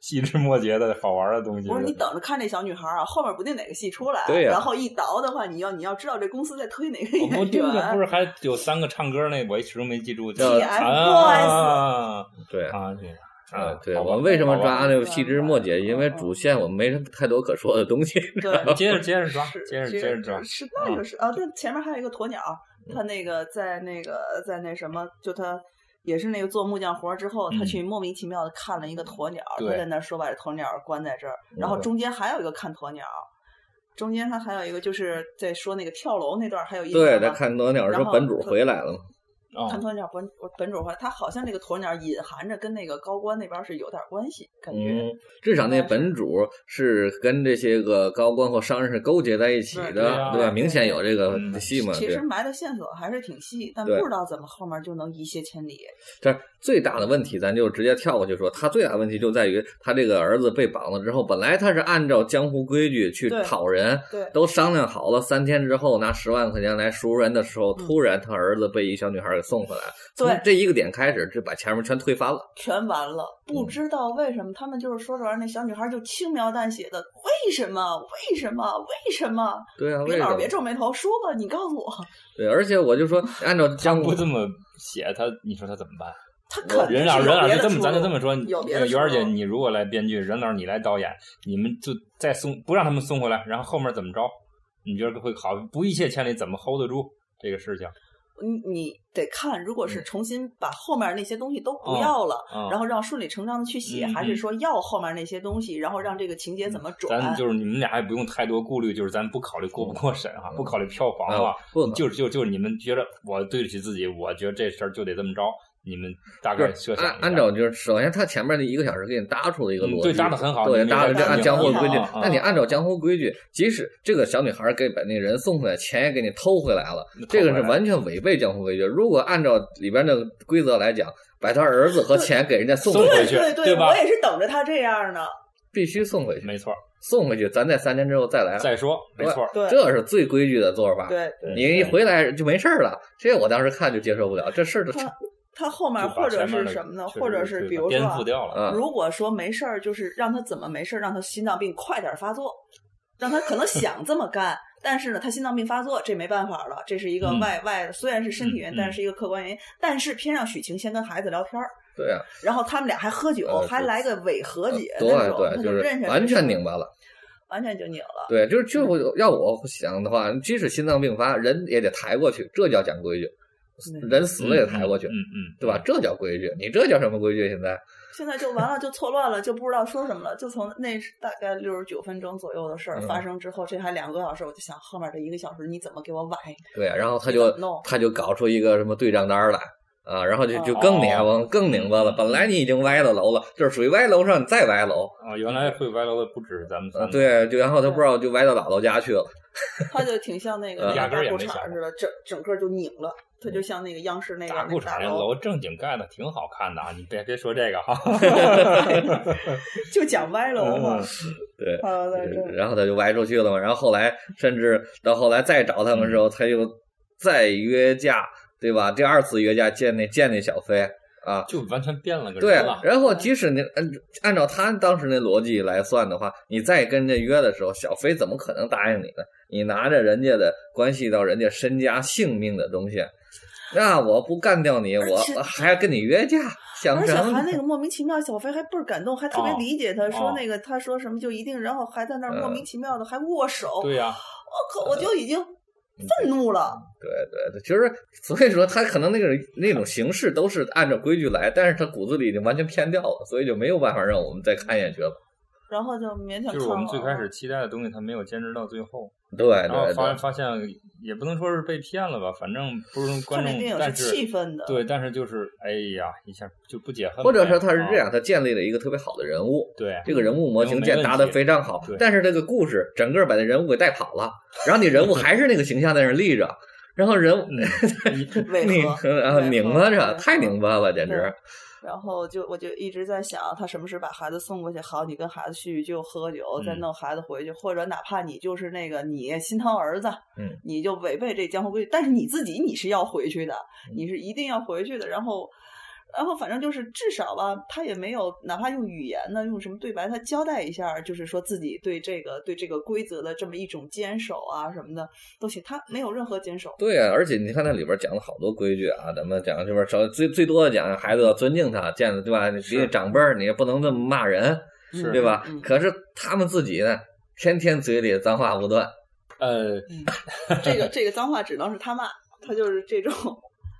Speaker 2: 细枝末节的好玩的东西。
Speaker 3: 不是你等着看这小女孩啊，后面不定哪个戏出来，
Speaker 4: 对呀
Speaker 3: 然后一倒的话，你要你要知道这公司在推哪个演
Speaker 2: 我
Speaker 3: 员，
Speaker 2: 这个不是还有三个唱歌那，我始终没记住叫
Speaker 3: TFBOYS
Speaker 2: 啊
Speaker 4: 对
Speaker 2: 啊对啊
Speaker 4: 呃对，
Speaker 2: 好吧
Speaker 4: 我们为什么
Speaker 2: 好吧
Speaker 4: 抓那个细枝末节？
Speaker 3: 嗯
Speaker 4: 因为主线我们没什么太多可说的东西。
Speaker 3: 对，
Speaker 2: 接着接着抓
Speaker 3: 是，
Speaker 2: 接着接着嗯抓。
Speaker 3: 是那个是啊，对，前面还有一个鸵鸟，他那个在那个在那什么，就他也是那个做木匠活儿之后，他
Speaker 2: 嗯
Speaker 3: 去莫名其妙的看了一个鸵鸟，他
Speaker 2: 对
Speaker 3: 在那儿说把这鸵鸟关在这儿，然后中间还有一个看鸵鸟，中间他还有一个就是在说那个跳楼那段儿还有一
Speaker 4: [LAUGHS] 对，
Speaker 3: 他
Speaker 4: 他看鸵鸟说本主回来了嘛，
Speaker 2: 哦
Speaker 3: 看鸵鸟本本主回来，他好像那个鸵鸟隐含着跟那个高官那边儿是有点儿关系，感觉。
Speaker 4: 嗯，至少那本主是跟这些个高官或商人是勾结在一起
Speaker 3: 对
Speaker 2: 对
Speaker 4: 的，
Speaker 2: 啊
Speaker 4: 对吧？明显有这个
Speaker 2: 嗯
Speaker 4: 戏嘛，
Speaker 3: 其
Speaker 4: 对
Speaker 3: 实。埋的线索还是挺细，但不
Speaker 4: 对
Speaker 3: 知道怎么后面就能一泻
Speaker 2: [LAUGHS]
Speaker 3: 千里。
Speaker 4: 但是最大的问题，咱就直接跳过去说，他最大的问题就在于他这个儿子被绑了之后，本来他是按照江湖规矩去
Speaker 3: 对
Speaker 4: 讨人，
Speaker 3: 对，
Speaker 4: 都商量好了，三天之后拿十万块钱来赎人的时候，
Speaker 3: 嗯
Speaker 4: 突然他儿子被一小女孩给送回来，从
Speaker 3: 对
Speaker 4: 这一个点开始，就把前面全推翻了。
Speaker 3: 全完了，不
Speaker 4: 嗯
Speaker 3: 知道为什么他们就是说着玩儿，那小女孩就轻描淡写的，为什么？为什么？为什么？
Speaker 4: 对啊，
Speaker 3: 别
Speaker 4: 为什
Speaker 3: 老
Speaker 4: 么
Speaker 3: 别？皱眉头，说吧，你告诉我，
Speaker 4: 对，而且我
Speaker 3: [LAUGHS]
Speaker 4: 就说，按照
Speaker 2: 他
Speaker 4: 江湖
Speaker 2: 不这么写，他你说他怎么办？
Speaker 3: 他肯定
Speaker 2: 任老
Speaker 3: 是
Speaker 2: 任
Speaker 3: 有
Speaker 2: 老
Speaker 3: 别
Speaker 2: 师啊
Speaker 3: 的
Speaker 2: 这么，咱就
Speaker 3: 出
Speaker 2: 这么
Speaker 3: 路
Speaker 2: 说，
Speaker 3: 有别
Speaker 2: 那
Speaker 3: 的
Speaker 2: 个
Speaker 3: 出
Speaker 2: 袁儿姐，
Speaker 3: 路
Speaker 2: 你如果来编剧，任老师你来导演，你们就再松不让他们松回来，然后后面怎么着？你觉得会好？不一泻千里，怎么 hold 得住这个事情？
Speaker 3: 你你得看，如果是重新把后面那些东西都不
Speaker 2: 嗯哦
Speaker 3: 要了，
Speaker 2: 啊、
Speaker 3: 然后让顺理成章的去写，
Speaker 2: 嗯
Speaker 3: 还是
Speaker 2: 嗯
Speaker 3: 说要后面那些东西，然后让这个情节怎么
Speaker 2: 咱
Speaker 3: 转？
Speaker 2: 就是你们俩也不用太多顾虑，就是咱不考虑过不过审啊，不考虑票房
Speaker 4: 啊
Speaker 2: 啊，，
Speaker 4: 不能
Speaker 2: 就是就就是你们觉得我对得起自己，我觉得这事儿就得这么着，你们大概设想
Speaker 4: 按
Speaker 2: 一下。
Speaker 4: 按照就是，首先他前面那一个小时给你搭出了一个
Speaker 2: 嗯
Speaker 4: 逻辑，
Speaker 2: 对搭得很好
Speaker 4: 对，
Speaker 2: 你
Speaker 4: 搭的
Speaker 3: 明
Speaker 4: 就
Speaker 3: 白
Speaker 4: 按江湖规矩
Speaker 2: 啊啊。
Speaker 4: 那你按照江湖规矩，即使这个小女孩给把那人送回来，钱也给你偷回来了，这个是完全违背江湖规矩。如果按照里边的规则来讲，把他儿子和钱给人家送回
Speaker 2: 送
Speaker 4: 去，
Speaker 2: 回
Speaker 3: 对
Speaker 2: 去
Speaker 3: 对
Speaker 2: 对吧
Speaker 3: 我也是等着他这样呢。
Speaker 4: 必须送回去，
Speaker 2: 没错儿。
Speaker 4: 送回去，咱在三天之后再来。
Speaker 2: 再说，没错儿，
Speaker 3: 对
Speaker 4: 这是最规矩的做法。
Speaker 3: 对对，
Speaker 4: 你一回来就没事儿了，这我当时看就接受不了，这事儿都
Speaker 3: 他他后面
Speaker 2: 就把
Speaker 3: 或者
Speaker 2: 前面
Speaker 3: 是
Speaker 2: 的
Speaker 3: 什么呢？
Speaker 2: 确实
Speaker 3: 或者
Speaker 2: 是
Speaker 3: 是比如说
Speaker 2: 颠
Speaker 3: 啊
Speaker 2: 覆掉了。
Speaker 4: 啊，
Speaker 3: 如果说没事儿，就是让他怎么没事儿，让他心脏病快点儿发作，让他可能想这么干，但是呢，他心脏病发作，这没办法了，这是一个
Speaker 2: 嗯
Speaker 3: 外、外，虽然是身体原因，
Speaker 2: 嗯
Speaker 3: 但是一个客观原因，但是偏让许晴先跟孩子聊天儿，
Speaker 4: 对啊，
Speaker 3: 然后他们俩还喝酒，
Speaker 4: 呃
Speaker 3: 还来个伪和解
Speaker 4: 对
Speaker 3: 那种，
Speaker 4: 对，
Speaker 3: 他
Speaker 4: 就是
Speaker 3: 认识
Speaker 4: 完全拧
Speaker 3: 巴，
Speaker 4: 巴了。
Speaker 3: 完全就拧了。
Speaker 4: 对，就是就我要我想的话，即使心脏病发，人也得抬过去，这叫讲规矩。
Speaker 3: 嗯
Speaker 4: 人死了也抬过去
Speaker 2: 嗯，嗯，
Speaker 4: 对吧？？这叫规矩，你这叫什么规矩？现在
Speaker 3: 现在就完了，就错乱了，就不知道说什么了。就从那是大概六十九分钟左右的事儿
Speaker 4: 嗯
Speaker 3: 发生之后，这还两个多小时，我就想后面这一个小时你怎么给我崴？
Speaker 4: 对，啊然后他
Speaker 3: 你
Speaker 4: 就
Speaker 3: 怎么弄
Speaker 4: 他就搞出一个什么对账单来啊，然后就就
Speaker 3: 哦
Speaker 4: 更拧巴，更拧巴了。本来你已经歪了楼了，这是属于歪楼上，你再歪楼。
Speaker 2: 啊，原来会歪楼的不止咱们三
Speaker 4: 啊，
Speaker 2: 个，
Speaker 4: 对，就然后他不知道就歪到姥姥家去了。
Speaker 3: 他就挺像那个
Speaker 4: 嗯
Speaker 3: 那
Speaker 2: 压
Speaker 3: 个
Speaker 2: 根儿
Speaker 3: 大
Speaker 2: 也
Speaker 3: 裤
Speaker 2: 没想
Speaker 3: 衩
Speaker 2: 过
Speaker 3: 似的，整整个就拧了。他就像那个央视那个
Speaker 2: 大
Speaker 3: 哎那
Speaker 2: 裤
Speaker 3: 个
Speaker 2: 衩
Speaker 3: 大
Speaker 2: 那
Speaker 3: 楼，
Speaker 2: 楼正经盖的挺好看的啊，你别别说这个
Speaker 4: [LAUGHS]
Speaker 2: 哈。
Speaker 3: 就讲歪楼
Speaker 2: [LAUGHS]
Speaker 3: 嘛。
Speaker 4: 嗯对，
Speaker 3: 啊，在这儿
Speaker 4: 然后他就歪出去了嘛。然后后来甚至到后来再找他们的时候，他又再约架，对吧？第二次约架见那见那小飞啊，
Speaker 2: 就完全变了个
Speaker 4: 对
Speaker 2: 人了。，
Speaker 4: 然后即使你按按照他当时那逻辑来算的话，你再跟人家约的时候，小飞怎么可能答应你呢？你拿着人家的关系到人家身家性命的东西，那我不干掉你，
Speaker 3: 而
Speaker 4: 我
Speaker 3: 且
Speaker 4: 还要跟你约架，想
Speaker 3: 而且
Speaker 4: 什么
Speaker 3: 还
Speaker 4: 呢？
Speaker 3: 那个莫名其妙，小飞还倍儿感动，还特别
Speaker 2: 哦
Speaker 3: 理解他，说
Speaker 2: 哦
Speaker 3: 那个他说什么就一定，然后还在那儿莫名
Speaker 4: 嗯
Speaker 3: 其妙的还握手。我
Speaker 2: 对呀，
Speaker 3: 靠，我就已经愤怒了。
Speaker 4: 嗯对对对，就是所以说他可能那个那种形式都是按照规矩来，但是他骨子里已经完全偏掉了，所以就没有办法让我们再看下去了。
Speaker 3: 然后就勉强看
Speaker 2: 就是我们最
Speaker 3: 完
Speaker 2: 开
Speaker 3: 了
Speaker 2: 始期待的东西，他没有坚持到最后，
Speaker 4: 对
Speaker 2: 然后
Speaker 4: 对
Speaker 2: 发
Speaker 4: 对，
Speaker 2: 发现也不能说是被骗了吧，反正不是观
Speaker 3: 看这
Speaker 2: 众
Speaker 3: 电，影
Speaker 2: 但
Speaker 3: 是气氛的，
Speaker 2: 对，但是就是哎呀，一下就不解恨呗，
Speaker 4: 或者说他是这样，
Speaker 2: 啊，
Speaker 4: 他建立了一个特别好的人物， [LAUGHS]
Speaker 2: 对，
Speaker 4: 这个人物模型建搭的非常好
Speaker 2: 对，
Speaker 4: 但是这个故事整个把那人物给带跑了，然后你
Speaker 2: [LAUGHS]
Speaker 4: 人物还是那个形象在那儿立着，然后人物
Speaker 2: 嗯，你
Speaker 3: 违
Speaker 4: [LAUGHS] 你
Speaker 3: 和。
Speaker 4: 啊拧巴
Speaker 3: 违和
Speaker 4: 着，太拧巴了，简直
Speaker 3: 对。然后就我就一直在想，他什么时候把孩子送过去？好，你跟孩子叙叙旧、喝酒，再
Speaker 2: 嗯
Speaker 3: 弄孩子回去，或者哪怕你就是那个你心疼儿子，
Speaker 4: 嗯，
Speaker 3: 你就违背这江湖规矩，但是你自己你是要回去的，
Speaker 2: 嗯
Speaker 3: 你是一定要回去的。然后，然后反正就是至少吧，他也没有哪怕用语言呢，用什么对白，他交代一下，就是说自己对这个对这个规则的这么一种坚守啊什么的都行，他没有任何坚守。
Speaker 4: 对啊，而且你看那里边讲了好多规矩啊，咱们讲这边稍最最多的讲孩子要尊敬他，见对吧？你
Speaker 2: 是
Speaker 4: 毕竟长辈儿，你也不能这么骂人，
Speaker 2: 是
Speaker 4: 对吧
Speaker 3: 嗯？
Speaker 4: 可是他们自己呢，天天嘴里脏话不断，
Speaker 2: 呃，
Speaker 3: 嗯这个这个脏话只能是他骂，他就是这种。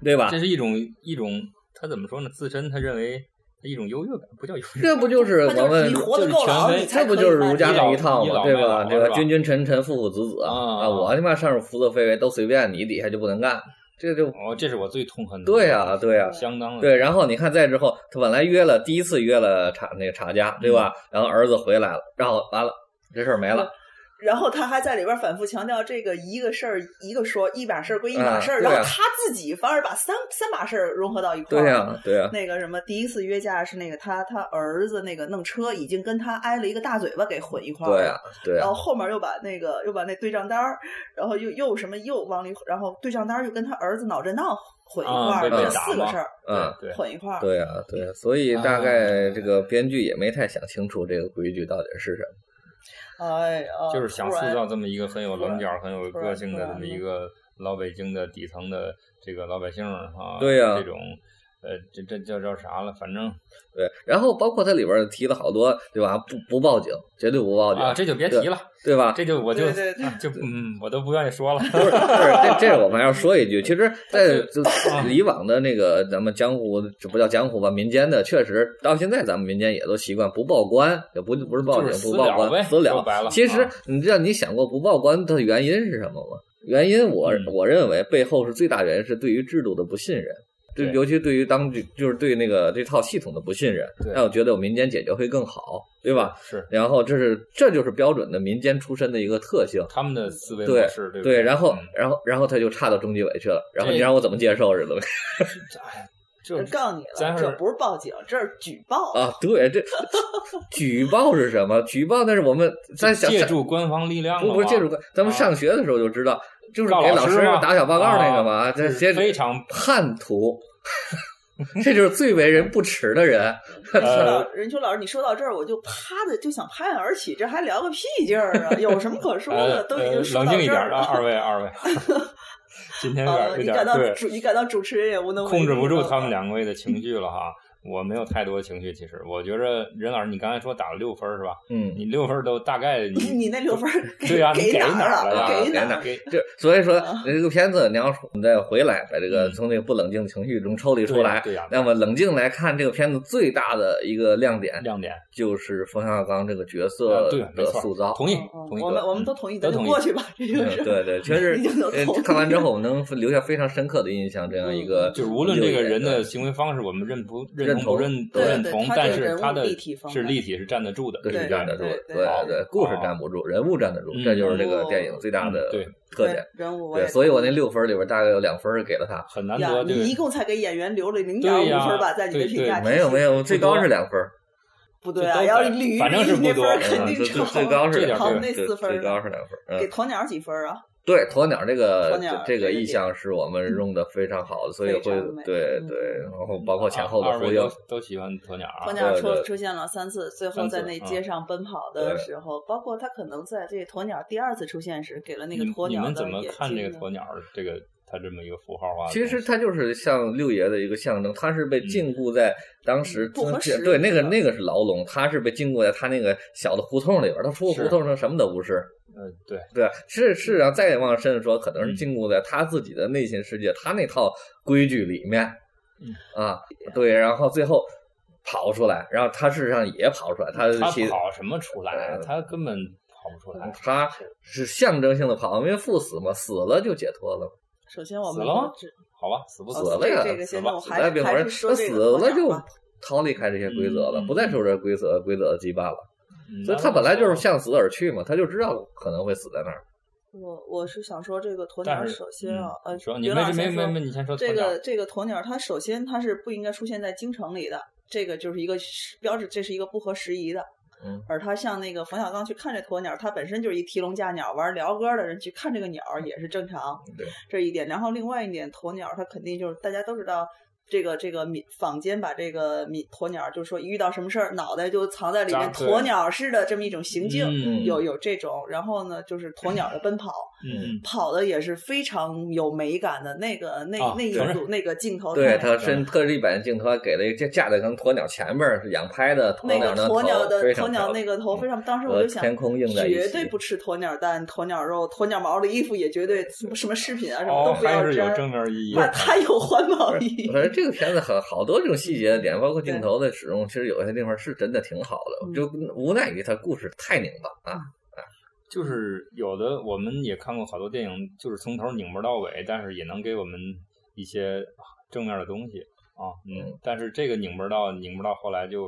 Speaker 4: 对吧
Speaker 2: 这？是一种一种，他怎么说呢？自身他认为一种优越感，不叫优越
Speaker 4: 这
Speaker 2: 感，
Speaker 4: 不就是
Speaker 3: 他就
Speaker 4: 我
Speaker 3: 是
Speaker 4: 们
Speaker 3: 你活得
Speaker 2: 就是
Speaker 3: 够
Speaker 2: 权
Speaker 3: 老，
Speaker 2: 威
Speaker 3: 你才
Speaker 4: 这不
Speaker 3: 可以
Speaker 4: 就是
Speaker 3: 骂
Speaker 4: 儒家
Speaker 3: 这
Speaker 4: 那
Speaker 3: 个
Speaker 4: 一套
Speaker 2: 倚老
Speaker 4: 嘛，
Speaker 2: 卖
Speaker 4: 对
Speaker 2: 老啊
Speaker 4: 吧？这
Speaker 2: 是
Speaker 4: 个
Speaker 2: 吧
Speaker 4: 君君臣臣，父父子子
Speaker 2: 啊
Speaker 4: 啊，我他妈上面胡作非为，都随便你，底下就不能干，这就
Speaker 2: 哦，这是我最痛恨的。
Speaker 4: 对啊对啊
Speaker 2: 相当的
Speaker 4: 对，然后你看，再之后，他本来约了第一次约了查那个查家，对
Speaker 2: 嗯
Speaker 4: 吧？然后儿子回来了，然后完了，这事儿没
Speaker 3: 嗯
Speaker 4: 了。
Speaker 3: 然后他还在里边反复强调这个一个事儿一个说，一码事儿归一码
Speaker 4: 啊
Speaker 3: 事儿，
Speaker 4: 对
Speaker 3: 然后
Speaker 4: 啊
Speaker 3: 他自己反而把三三码事儿融合到一块儿。
Speaker 4: 对啊呀、对呀、
Speaker 3: 那个什么，第一次约架是那个他他儿子那个弄车已经跟他挨了一个大嘴巴给混一块儿了。
Speaker 4: 对呀、啊对呀、
Speaker 3: 然后后面又把那个又把那对账单儿，然后又又什么又往里，然后对账单儿又跟他儿子脑震荡混一块
Speaker 2: 啊
Speaker 3: 儿，
Speaker 2: 被
Speaker 4: 被
Speaker 3: 这
Speaker 2: 打
Speaker 3: 四个
Speaker 2: 嘛
Speaker 3: 事儿
Speaker 4: 嗯，
Speaker 2: 对啊
Speaker 3: 混一块儿。
Speaker 4: 对呀、对呀、所以大概这个编剧也没太想清楚这个规矩到底是什么。
Speaker 3: 哎呀，
Speaker 2: 就是想
Speaker 3: 突
Speaker 2: 塑
Speaker 3: 然
Speaker 2: 造这么一个很有棱角、很有
Speaker 3: 突
Speaker 2: 个
Speaker 3: 然
Speaker 2: 性
Speaker 3: 突
Speaker 2: 的这
Speaker 3: 然
Speaker 2: 么
Speaker 3: 呢
Speaker 2: 一个老北京的底层的这个老百姓儿啊，
Speaker 4: 对呀
Speaker 2: 这种呃，这这叫叫啥了？反正
Speaker 4: 对，然后包括它里边提了好多，对吧？不不报警，绝对不报警，
Speaker 2: 啊，这就别提了，
Speaker 4: 对吧？
Speaker 2: 这就我就
Speaker 3: 对对对
Speaker 2: 啊就嗯，我都不愿意说了。
Speaker 4: 不是，不是，这这我们要说一句，
Speaker 2: [LAUGHS]
Speaker 4: 其实，在就
Speaker 2: 啊
Speaker 4: 以往的那个咱们江湖，这不叫江湖吧，民间的，确实到现在咱们民间也都习惯不报官，也不不是报
Speaker 2: 就是
Speaker 4: 警，
Speaker 2: 私
Speaker 4: 不
Speaker 2: 了
Speaker 4: 报
Speaker 2: 呗
Speaker 4: 官，私
Speaker 2: 说白了
Speaker 4: 其实
Speaker 2: 啊
Speaker 4: 你知道你想过不报官的原因是什么吗？原因我
Speaker 2: 嗯
Speaker 4: 我认为背后是最大原因是对于制度的不信任。对，
Speaker 2: 对
Speaker 4: 尤其对于当局，就是对那个这套系统的不信任
Speaker 2: 对，
Speaker 4: 那我觉得我民间解决会更好，对吧？
Speaker 2: 是
Speaker 4: 然后这是这就是标准的民间出身的一个特性，
Speaker 2: 他们的思维
Speaker 4: 对
Speaker 2: 模式，对不
Speaker 4: 对，然后
Speaker 2: 嗯，
Speaker 4: 然后，然后他就差到中纪委去了。然后你
Speaker 2: 这
Speaker 4: 让我怎么接受是怎么？
Speaker 2: 哎，
Speaker 3: 我
Speaker 2: 就
Speaker 3: 告诉你了，
Speaker 2: 咱
Speaker 3: 这
Speaker 2: 是
Speaker 3: 不是报警，这是举报。
Speaker 4: 啊，对，这 [LAUGHS] 举报是什么？举报那是我们在想
Speaker 2: 借助官方力量了
Speaker 4: 不不是
Speaker 2: 嘛
Speaker 4: 借助，咱们
Speaker 2: 啊
Speaker 4: 上学的时候就知道，就是
Speaker 2: 告
Speaker 4: 给
Speaker 2: 老
Speaker 4: 老
Speaker 2: 师
Speaker 4: 师
Speaker 2: 嘛
Speaker 4: 打小报告那
Speaker 2: 啊
Speaker 4: 个嘛，这
Speaker 2: 是
Speaker 4: 些
Speaker 2: 非常
Speaker 4: 叛徒， [LAUGHS] 这就是最为人不齿的人。
Speaker 3: 任秋
Speaker 2: 呃
Speaker 3: 老任秋老师，你说到这儿，我就啪的就想拍案而起，这还聊个屁劲儿啊？有什么可说
Speaker 2: 呃
Speaker 3: 的？都已经说
Speaker 2: 冷
Speaker 3: 到
Speaker 2: 静一
Speaker 3: 这
Speaker 2: 点
Speaker 3: 儿
Speaker 2: 儿啊，
Speaker 3: 了。 [LAUGHS]
Speaker 2: 二位二位，今天有点
Speaker 3: 呃，
Speaker 2: 有
Speaker 3: 你
Speaker 2: 点
Speaker 3: 感到
Speaker 2: 对
Speaker 3: 主，你感到主持人也无能为啊力
Speaker 2: 控制不住
Speaker 3: 了
Speaker 2: 他们两位的情绪了哈。我没有太多情绪，其实我觉着任老师，你刚才说打了六分儿是吧？
Speaker 4: 嗯，
Speaker 2: 你六分儿都大概
Speaker 3: [LAUGHS] 你那六分儿
Speaker 2: [LAUGHS] 对呀，你
Speaker 3: 给
Speaker 2: 给
Speaker 3: 哪
Speaker 2: 哪
Speaker 3: 儿
Speaker 2: 儿了呀？
Speaker 3: 了？
Speaker 4: 给
Speaker 3: 哪
Speaker 4: 哪
Speaker 3: 儿
Speaker 4: 儿
Speaker 3: 了？
Speaker 2: 给
Speaker 4: 这所以说
Speaker 3: 啊
Speaker 4: 这个片子，你要是你再回来把这个
Speaker 2: 嗯
Speaker 4: 从那个不冷静情绪中抽离
Speaker 2: 对
Speaker 4: 出
Speaker 2: 呀
Speaker 4: 来
Speaker 2: 对呀，
Speaker 4: 那么冷静来看这个片子最大的一个亮点
Speaker 2: 亮点，
Speaker 4: 就是冯小刚这个角
Speaker 2: 呃
Speaker 4: 色
Speaker 2: 对，没
Speaker 4: 的
Speaker 2: 错
Speaker 4: 塑造。
Speaker 2: 同意
Speaker 3: 嗯嗯
Speaker 2: 同意。
Speaker 3: 我们我们都
Speaker 2: 嗯
Speaker 3: 同意，
Speaker 2: 都
Speaker 3: 咱就
Speaker 2: 同意
Speaker 3: 过去吧，这就
Speaker 4: 嗯
Speaker 3: 是
Speaker 4: 对对，确
Speaker 3: [LAUGHS]
Speaker 4: 实
Speaker 3: 已经都
Speaker 4: 呃
Speaker 3: 同意
Speaker 4: 看完之后，我们能留下非常深刻的印象。这样一个
Speaker 2: 嗯就是无论这个人的
Speaker 4: 对
Speaker 2: 行为方式，我们认不
Speaker 4: 认
Speaker 2: 认同不
Speaker 4: 同
Speaker 2: 认不
Speaker 3: 对
Speaker 2: 认
Speaker 3: 对
Speaker 2: 同，
Speaker 3: 他
Speaker 2: 但
Speaker 3: 这个
Speaker 2: 是
Speaker 3: 人
Speaker 2: 他
Speaker 3: 物
Speaker 2: 的
Speaker 3: 立体方
Speaker 2: 是
Speaker 3: 面
Speaker 2: 立体是站得住的，
Speaker 4: 对
Speaker 2: 是
Speaker 4: 是
Speaker 2: 这
Speaker 4: 站
Speaker 2: 样
Speaker 4: 得
Speaker 2: 的
Speaker 4: 住，
Speaker 3: 对对
Speaker 4: 对
Speaker 2: 对
Speaker 4: 对
Speaker 2: 好，
Speaker 4: 故事站不住，人物站得住
Speaker 2: 嗯，
Speaker 4: 这就是这个电影最大的
Speaker 2: 嗯对
Speaker 4: 特点。
Speaker 3: 人物我也
Speaker 4: 对，所以我那六分里边大概有两分给
Speaker 3: [LAUGHS]
Speaker 4: 了他，
Speaker 2: 很难
Speaker 3: 呀
Speaker 2: 得。，这个
Speaker 3: 你一共才给演员留了零点
Speaker 2: 对呀
Speaker 3: 五分吧，在你的
Speaker 2: 对
Speaker 3: 评
Speaker 2: 对
Speaker 3: 价
Speaker 4: 没有没有，最高是两分，
Speaker 3: 不对
Speaker 2: 这
Speaker 3: 啊，
Speaker 2: 都
Speaker 3: 要
Speaker 2: 在
Speaker 3: 是捋
Speaker 2: 反正是
Speaker 3: 你那
Speaker 2: 不
Speaker 3: 分
Speaker 2: 多
Speaker 3: 儿 [LAUGHS] 肯
Speaker 4: 嗯，
Speaker 3: 定
Speaker 4: 最最
Speaker 3: 超
Speaker 4: 最高是
Speaker 2: 这
Speaker 4: 两
Speaker 2: 点
Speaker 4: 分，
Speaker 3: 对
Speaker 4: 最
Speaker 3: 四分啊
Speaker 4: 最高是两分。
Speaker 3: 给
Speaker 4: 嗯，
Speaker 3: 鸵鸟几分儿啊？
Speaker 4: 对，鸵鸟这
Speaker 3: 鸵鸟
Speaker 4: 个
Speaker 3: 这
Speaker 4: 这
Speaker 3: 个
Speaker 4: 个
Speaker 3: 点
Speaker 4: 意象是我们用的非常好的，所以
Speaker 3: 非
Speaker 4: 会
Speaker 3: 常美
Speaker 4: 对
Speaker 3: 嗯
Speaker 4: 对，然后 [LAUGHS] 包括前后
Speaker 2: 二
Speaker 4: 的呼
Speaker 2: 位
Speaker 4: 应
Speaker 2: 都，都喜欢鸵鸟啊，
Speaker 3: 鸵鸟
Speaker 4: 对
Speaker 3: 出
Speaker 4: 对
Speaker 3: 出现了三次，最后
Speaker 2: 三
Speaker 3: 在
Speaker 2: 次
Speaker 3: 那
Speaker 2: 啊
Speaker 3: 街上奔跑的
Speaker 4: 对
Speaker 3: 时候，包括他可能在这鸵鸟第二次出现时，给了那
Speaker 2: 你
Speaker 3: 个鸵
Speaker 2: 你
Speaker 3: 鸟
Speaker 2: 们
Speaker 3: 的
Speaker 2: 怎么
Speaker 3: 眼
Speaker 2: 看这
Speaker 3: 睛
Speaker 2: 个
Speaker 3: 呢
Speaker 2: 鸵鸟儿这个它这么一个符号啊化的东西？
Speaker 4: 其实它就是像六爷的一个象征，他是
Speaker 2: 嗯
Speaker 4: 被禁锢在当时、
Speaker 3: 嗯不合时宜
Speaker 4: 对那个
Speaker 3: 的
Speaker 4: 那个是牢笼，他是被禁锢在他那个小的胡同里边，他出了
Speaker 2: 是
Speaker 4: 胡同上什么都不是。
Speaker 2: 呃，对，
Speaker 4: 对，是是啊，再往深了说，可能
Speaker 2: 嗯
Speaker 4: 是禁锢在他自己的内心世界，他那套规矩里面
Speaker 2: 嗯。
Speaker 4: 啊，对，然后最后跑出来，然后他事实上也跑出来，他
Speaker 2: 他
Speaker 4: 其呃
Speaker 2: 跑什么出来？他根本跑不
Speaker 3: 嗯
Speaker 2: 出来。
Speaker 4: 他是象征性的跑，因为赴死嘛，死了就解脱了嘛，
Speaker 3: 首先我
Speaker 2: 死
Speaker 3: 们
Speaker 2: 了吗
Speaker 3: 只
Speaker 2: 好吧，死不
Speaker 3: 哦
Speaker 2: 死
Speaker 4: 死
Speaker 2: 了
Speaker 4: 了呀，
Speaker 3: 这这个
Speaker 4: 死
Speaker 3: 先
Speaker 4: 吧，
Speaker 3: 我
Speaker 4: 死
Speaker 3: 还
Speaker 4: 在
Speaker 3: 是
Speaker 4: 冰
Speaker 3: 还是
Speaker 4: 火
Speaker 3: 说
Speaker 4: 他
Speaker 3: 这个
Speaker 4: 死了就
Speaker 3: 我想吧
Speaker 4: 逃离开这些规则了，
Speaker 2: 嗯
Speaker 4: 不再受这规则规则的羁绊了。
Speaker 2: 嗯
Speaker 4: 所以他本来就是向死而去嘛，他就知道可能会死在那儿。
Speaker 3: 我我是想说，这个鸵
Speaker 2: 但
Speaker 3: 鸟
Speaker 2: 是
Speaker 3: 首先啊，
Speaker 2: 嗯
Speaker 3: 呃，
Speaker 2: 你说你
Speaker 3: 袁
Speaker 2: 没
Speaker 3: 老师
Speaker 2: 没
Speaker 3: 先
Speaker 2: 没
Speaker 3: 说
Speaker 2: 没，你先说
Speaker 3: 这
Speaker 2: 团长
Speaker 3: 个这个鸵鸟，它首先它是不应该出现在京城里的，这个就是一个是标志，这是一个不合时宜的。
Speaker 4: 嗯
Speaker 3: 而他像那个冯小刚去看这鸵鸟，他本身就是一提笼架鸟，玩聊歌的人去看这个鸟也是正常，
Speaker 4: 对，
Speaker 3: 这一点。然后另外一点，鸵鸟它肯定就是大家都知道。这个这个民坊间把这个民鸵鸟，就是说一遇到什么事儿，脑袋就藏在里面，
Speaker 2: 扎对
Speaker 3: 鸵鸟似的这么一种行径，
Speaker 2: 嗯
Speaker 3: 有有这种。然后呢，就是鸵鸟的奔跑，
Speaker 2: 嗯，
Speaker 3: 跑的也是非常有美感的那个那、
Speaker 2: 啊
Speaker 3: 那一
Speaker 2: 承认
Speaker 3: 组那个镜头，
Speaker 4: 对
Speaker 3: 太
Speaker 4: 他身特地把镜头还给了一架架在跟鸵鸟前面是仰拍的，鸵
Speaker 3: 那
Speaker 4: 鸟
Speaker 3: 个
Speaker 4: 的
Speaker 3: 鸵鸟
Speaker 4: 头
Speaker 3: 的
Speaker 4: 非
Speaker 3: 鸵
Speaker 4: 常
Speaker 3: 鸟
Speaker 4: 高
Speaker 3: 那个头非常，当时我
Speaker 4: 和
Speaker 3: 就想，
Speaker 4: 天空映在一
Speaker 3: 绝
Speaker 4: 起
Speaker 3: 对不吃鸵鸟蛋、鸵鸟肉、鸵鸟毛的衣服，也绝对什么什么饰品啊什么
Speaker 2: 哦，
Speaker 3: 都不要
Speaker 2: 还是有
Speaker 3: 沾
Speaker 2: 正，面意义
Speaker 3: 它
Speaker 2: 的。
Speaker 3: 它有环保意义
Speaker 4: 我。说这个片子很好多这种细节的点，包括镜头的使用，其实有些地方是真的挺好的，
Speaker 3: 嗯
Speaker 4: 就无奈于它故事太拧巴啊。
Speaker 2: 就是有的我们也看过好多电影，就是从头拧巴到尾，但是也能给我们一些正面的东西啊。嗯
Speaker 4: 嗯，
Speaker 2: 但是这个拧巴到拧巴到后来就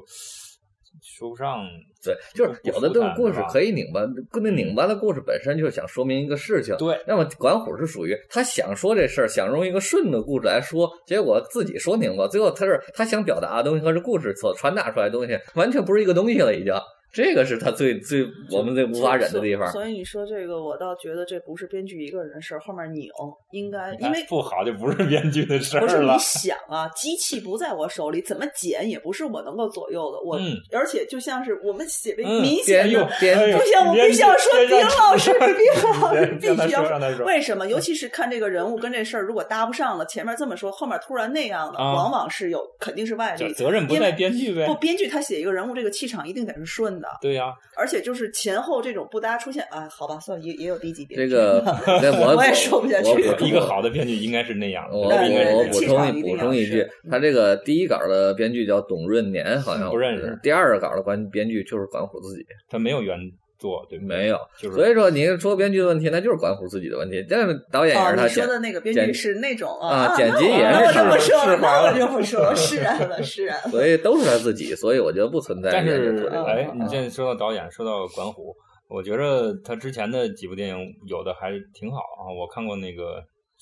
Speaker 2: 说不上。
Speaker 4: 对，就是有的这种故事可以拧巴，固定拧巴的故事本身就是想说明一个事情。
Speaker 2: 嗯对，
Speaker 4: 那么管虎是属于他想说这事儿，想用一个顺的故事来说，结果自己说拧巴，最后他是他想表达的东西和这故事所传达出来的东西完全不是一个东西了，已经。这个是他最最我们最无法忍的地方。
Speaker 3: 所以你说这个，我倒觉得这不是编剧一个人的事儿，后面拧应该呃因为
Speaker 2: 哎不好就不是编剧的事
Speaker 3: 不是
Speaker 2: 儿
Speaker 3: 你
Speaker 2: 了。
Speaker 3: 想啊，机器不在我手里，怎么剪也不是我能够左右的。我、
Speaker 2: 嗯
Speaker 3: 而且就像是我们写的
Speaker 2: 嗯
Speaker 3: 明
Speaker 4: 编
Speaker 3: 显
Speaker 4: 又
Speaker 3: 的，
Speaker 4: 编
Speaker 2: 哎呦
Speaker 3: 不行我必须要说
Speaker 2: 别
Speaker 3: 丁
Speaker 2: 让
Speaker 3: 老师丁老师
Speaker 2: 别
Speaker 3: 必须要
Speaker 2: 让他说
Speaker 3: 说
Speaker 2: 让他说
Speaker 3: 为什么？尤其是看这个人物跟这事儿如果搭不上了，前面这么说，后面突然那样的，
Speaker 2: 啊
Speaker 3: 往往是有肯定是外
Speaker 2: 就
Speaker 3: 力。
Speaker 2: 责任不
Speaker 3: 因
Speaker 2: 在
Speaker 3: 为
Speaker 2: 编剧呗
Speaker 3: 不，。编剧他写一个人物，这个气场一定得是顺的，
Speaker 2: 对呀、
Speaker 3: 而且就是前后这种不搭出现啊，好吧，算也也有低级别。
Speaker 4: 这个，对
Speaker 3: [LAUGHS]
Speaker 4: 我
Speaker 3: 我也说不下去
Speaker 4: 我
Speaker 3: 了啊
Speaker 4: 补
Speaker 2: 一个好的编剧应该是那样的，
Speaker 4: 我
Speaker 2: 不应该是
Speaker 4: 哦我
Speaker 2: 这
Speaker 4: 我
Speaker 2: 样
Speaker 4: 补
Speaker 2: 的。
Speaker 3: 气场一定
Speaker 4: 充一补
Speaker 3: 要
Speaker 4: 充一
Speaker 3: 是
Speaker 4: 句，他这个第一稿的编剧叫董润年，好像
Speaker 2: 不认识
Speaker 4: 是第二稿的管编剧就是管虎自己，
Speaker 2: 他没有原作，对不对？
Speaker 4: 没有。
Speaker 2: 就是
Speaker 4: 所以说，你说编剧的问题，那就是管虎自己的问题。但是导演也
Speaker 3: 哦，
Speaker 4: 是
Speaker 3: 你
Speaker 4: 他
Speaker 3: 说
Speaker 4: 剪
Speaker 3: 的那个编
Speaker 4: 剪
Speaker 3: 剧是那种
Speaker 4: 啊，
Speaker 3: 啊，
Speaker 4: 剪辑也
Speaker 3: 那我
Speaker 4: 是
Speaker 3: 就
Speaker 4: 他
Speaker 3: 不，说
Speaker 2: 是
Speaker 3: 了，那
Speaker 2: 吧
Speaker 3: 我就不说了，释然了，释然了。
Speaker 4: 所以都是他自己。所以我觉得不存在
Speaker 2: 但
Speaker 4: 编剧
Speaker 2: 是
Speaker 4: 做这个嗯问题。
Speaker 2: 哎，你现在说到导演，说到管虎，我觉着他之前的几部电影有的还挺好啊。我看过那个《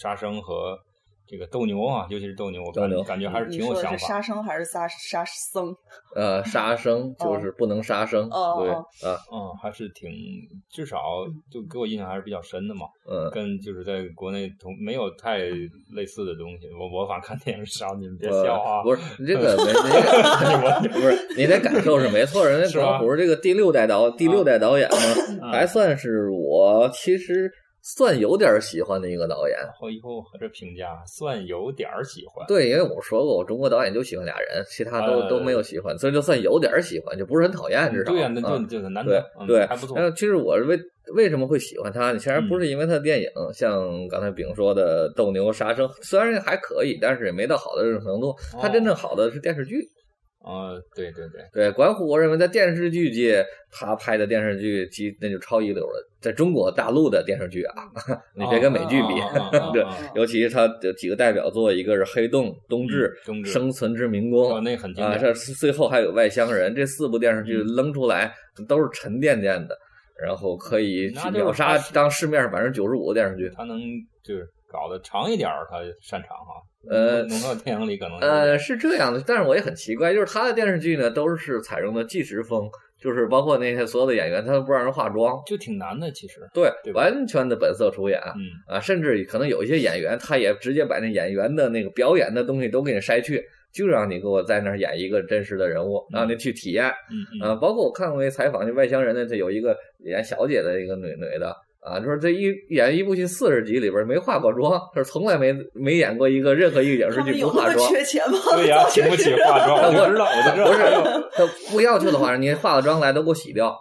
Speaker 2: 杀生》和这个《斗牛》啊，尤其是《斗牛》，我
Speaker 4: 斗牛
Speaker 2: 感感觉 [LAUGHS] 还是
Speaker 3: 你
Speaker 2: 挺有
Speaker 3: 说的
Speaker 2: 想
Speaker 3: 是
Speaker 2: 法。
Speaker 3: 杀生还是杀杀僧？
Speaker 4: 呃，杀生就是不能杀生，
Speaker 3: 哦
Speaker 4: 对
Speaker 3: 哦
Speaker 4: 啊，
Speaker 2: 嗯，还是挺至少
Speaker 3: 嗯
Speaker 2: 就给我印象还是比较深的嘛。
Speaker 4: 嗯，
Speaker 2: 跟就是在国内同没有太类似的东西。我我反正看电影少，你们别
Speaker 4: 呃
Speaker 2: 笑啊。
Speaker 4: 不是这个没没 [LAUGHS] 这
Speaker 2: [LAUGHS]
Speaker 4: 个
Speaker 2: 我
Speaker 4: 不是你的感受是没错，人
Speaker 2: 是吧
Speaker 4: 家管虎是这个第六代导第六代导演
Speaker 2: 啊
Speaker 4: 嘛，还算是我其实算有点喜欢的一个导演。
Speaker 2: 我以后这评价算有点儿喜欢。
Speaker 4: 对，因为我说过，我中国导演就喜欢俩人，其他都、
Speaker 2: 呃
Speaker 4: 都没有喜欢，所以就算有点儿喜欢，就不是很讨厌，至少
Speaker 2: 对呀、那
Speaker 4: 啊
Speaker 2: 就就是难
Speaker 4: 对
Speaker 2: 得，嗯
Speaker 4: 对，
Speaker 2: 还不错嗯
Speaker 4: 然。后呃其实我为为什么会喜欢他呢？其实不是因为他的电影，像刚才丙说的《斗牛》《杀生》，虽然还可以，但是也没到好的这种程度。他真正
Speaker 2: 哦
Speaker 4: 好的是电视剧。
Speaker 2: 嗯，对对对，
Speaker 4: 对，管虎，我认为在电视剧界，他拍的电视剧其那就超一流了。在中国大陆的电视剧啊， [LAUGHS] 你别跟美剧比。
Speaker 2: 啊啊啊啊啊
Speaker 4: [LAUGHS] 对
Speaker 2: 啊啊，
Speaker 4: 尤其是他的几个代表作，一个是《黑洞》《冬至》
Speaker 2: 嗯冬至
Speaker 4: 生存之民
Speaker 2: 哦，
Speaker 4: 工》
Speaker 2: 那很经
Speaker 4: 啊，
Speaker 2: 典。
Speaker 4: 这最后还有外乡人，这四部电视
Speaker 2: 嗯
Speaker 4: 剧扔出来都是沉甸甸的，然后可以
Speaker 2: 那就是
Speaker 4: 秒杀
Speaker 2: 他是
Speaker 4: 当市面上百分之九十五的电视剧。
Speaker 2: 他能就是搞得长一点儿，他擅长哈。
Speaker 4: 呃
Speaker 2: 农村电影里可能
Speaker 4: 呃，是这样的，但是我也很奇怪，就是他的电视剧呢都是采用的纪实风，就是包括那些所有的演员，他都不让人化妆，
Speaker 2: 就挺难的，其实。
Speaker 4: 对，
Speaker 2: 对吧
Speaker 4: 完全的本色出演。
Speaker 2: 嗯，
Speaker 4: 啊，甚至可能有一些演员，他也直接把那演员的那个表演的东西都给你筛去，就让你给我在那儿演一个真实的人物，
Speaker 2: 嗯
Speaker 4: 让你去体验。
Speaker 2: 嗯嗯
Speaker 4: 啊，包括我看过一采访，就外乡人的，他有一个演小姐的一个女女的啊，就是这一演一部戏四十集里边没化过妆，就是从来没没演过一个任何一个影视
Speaker 3: 他们
Speaker 4: 剧不
Speaker 3: 有那
Speaker 4: 化
Speaker 3: 么
Speaker 4: 妆。
Speaker 3: 缺钱吗？
Speaker 2: 对呀、哎
Speaker 4: [LAUGHS]
Speaker 2: 请不起化妆，我就知道，我就知道。
Speaker 4: 不是，他不要求的话，你化个妆来都给我洗掉。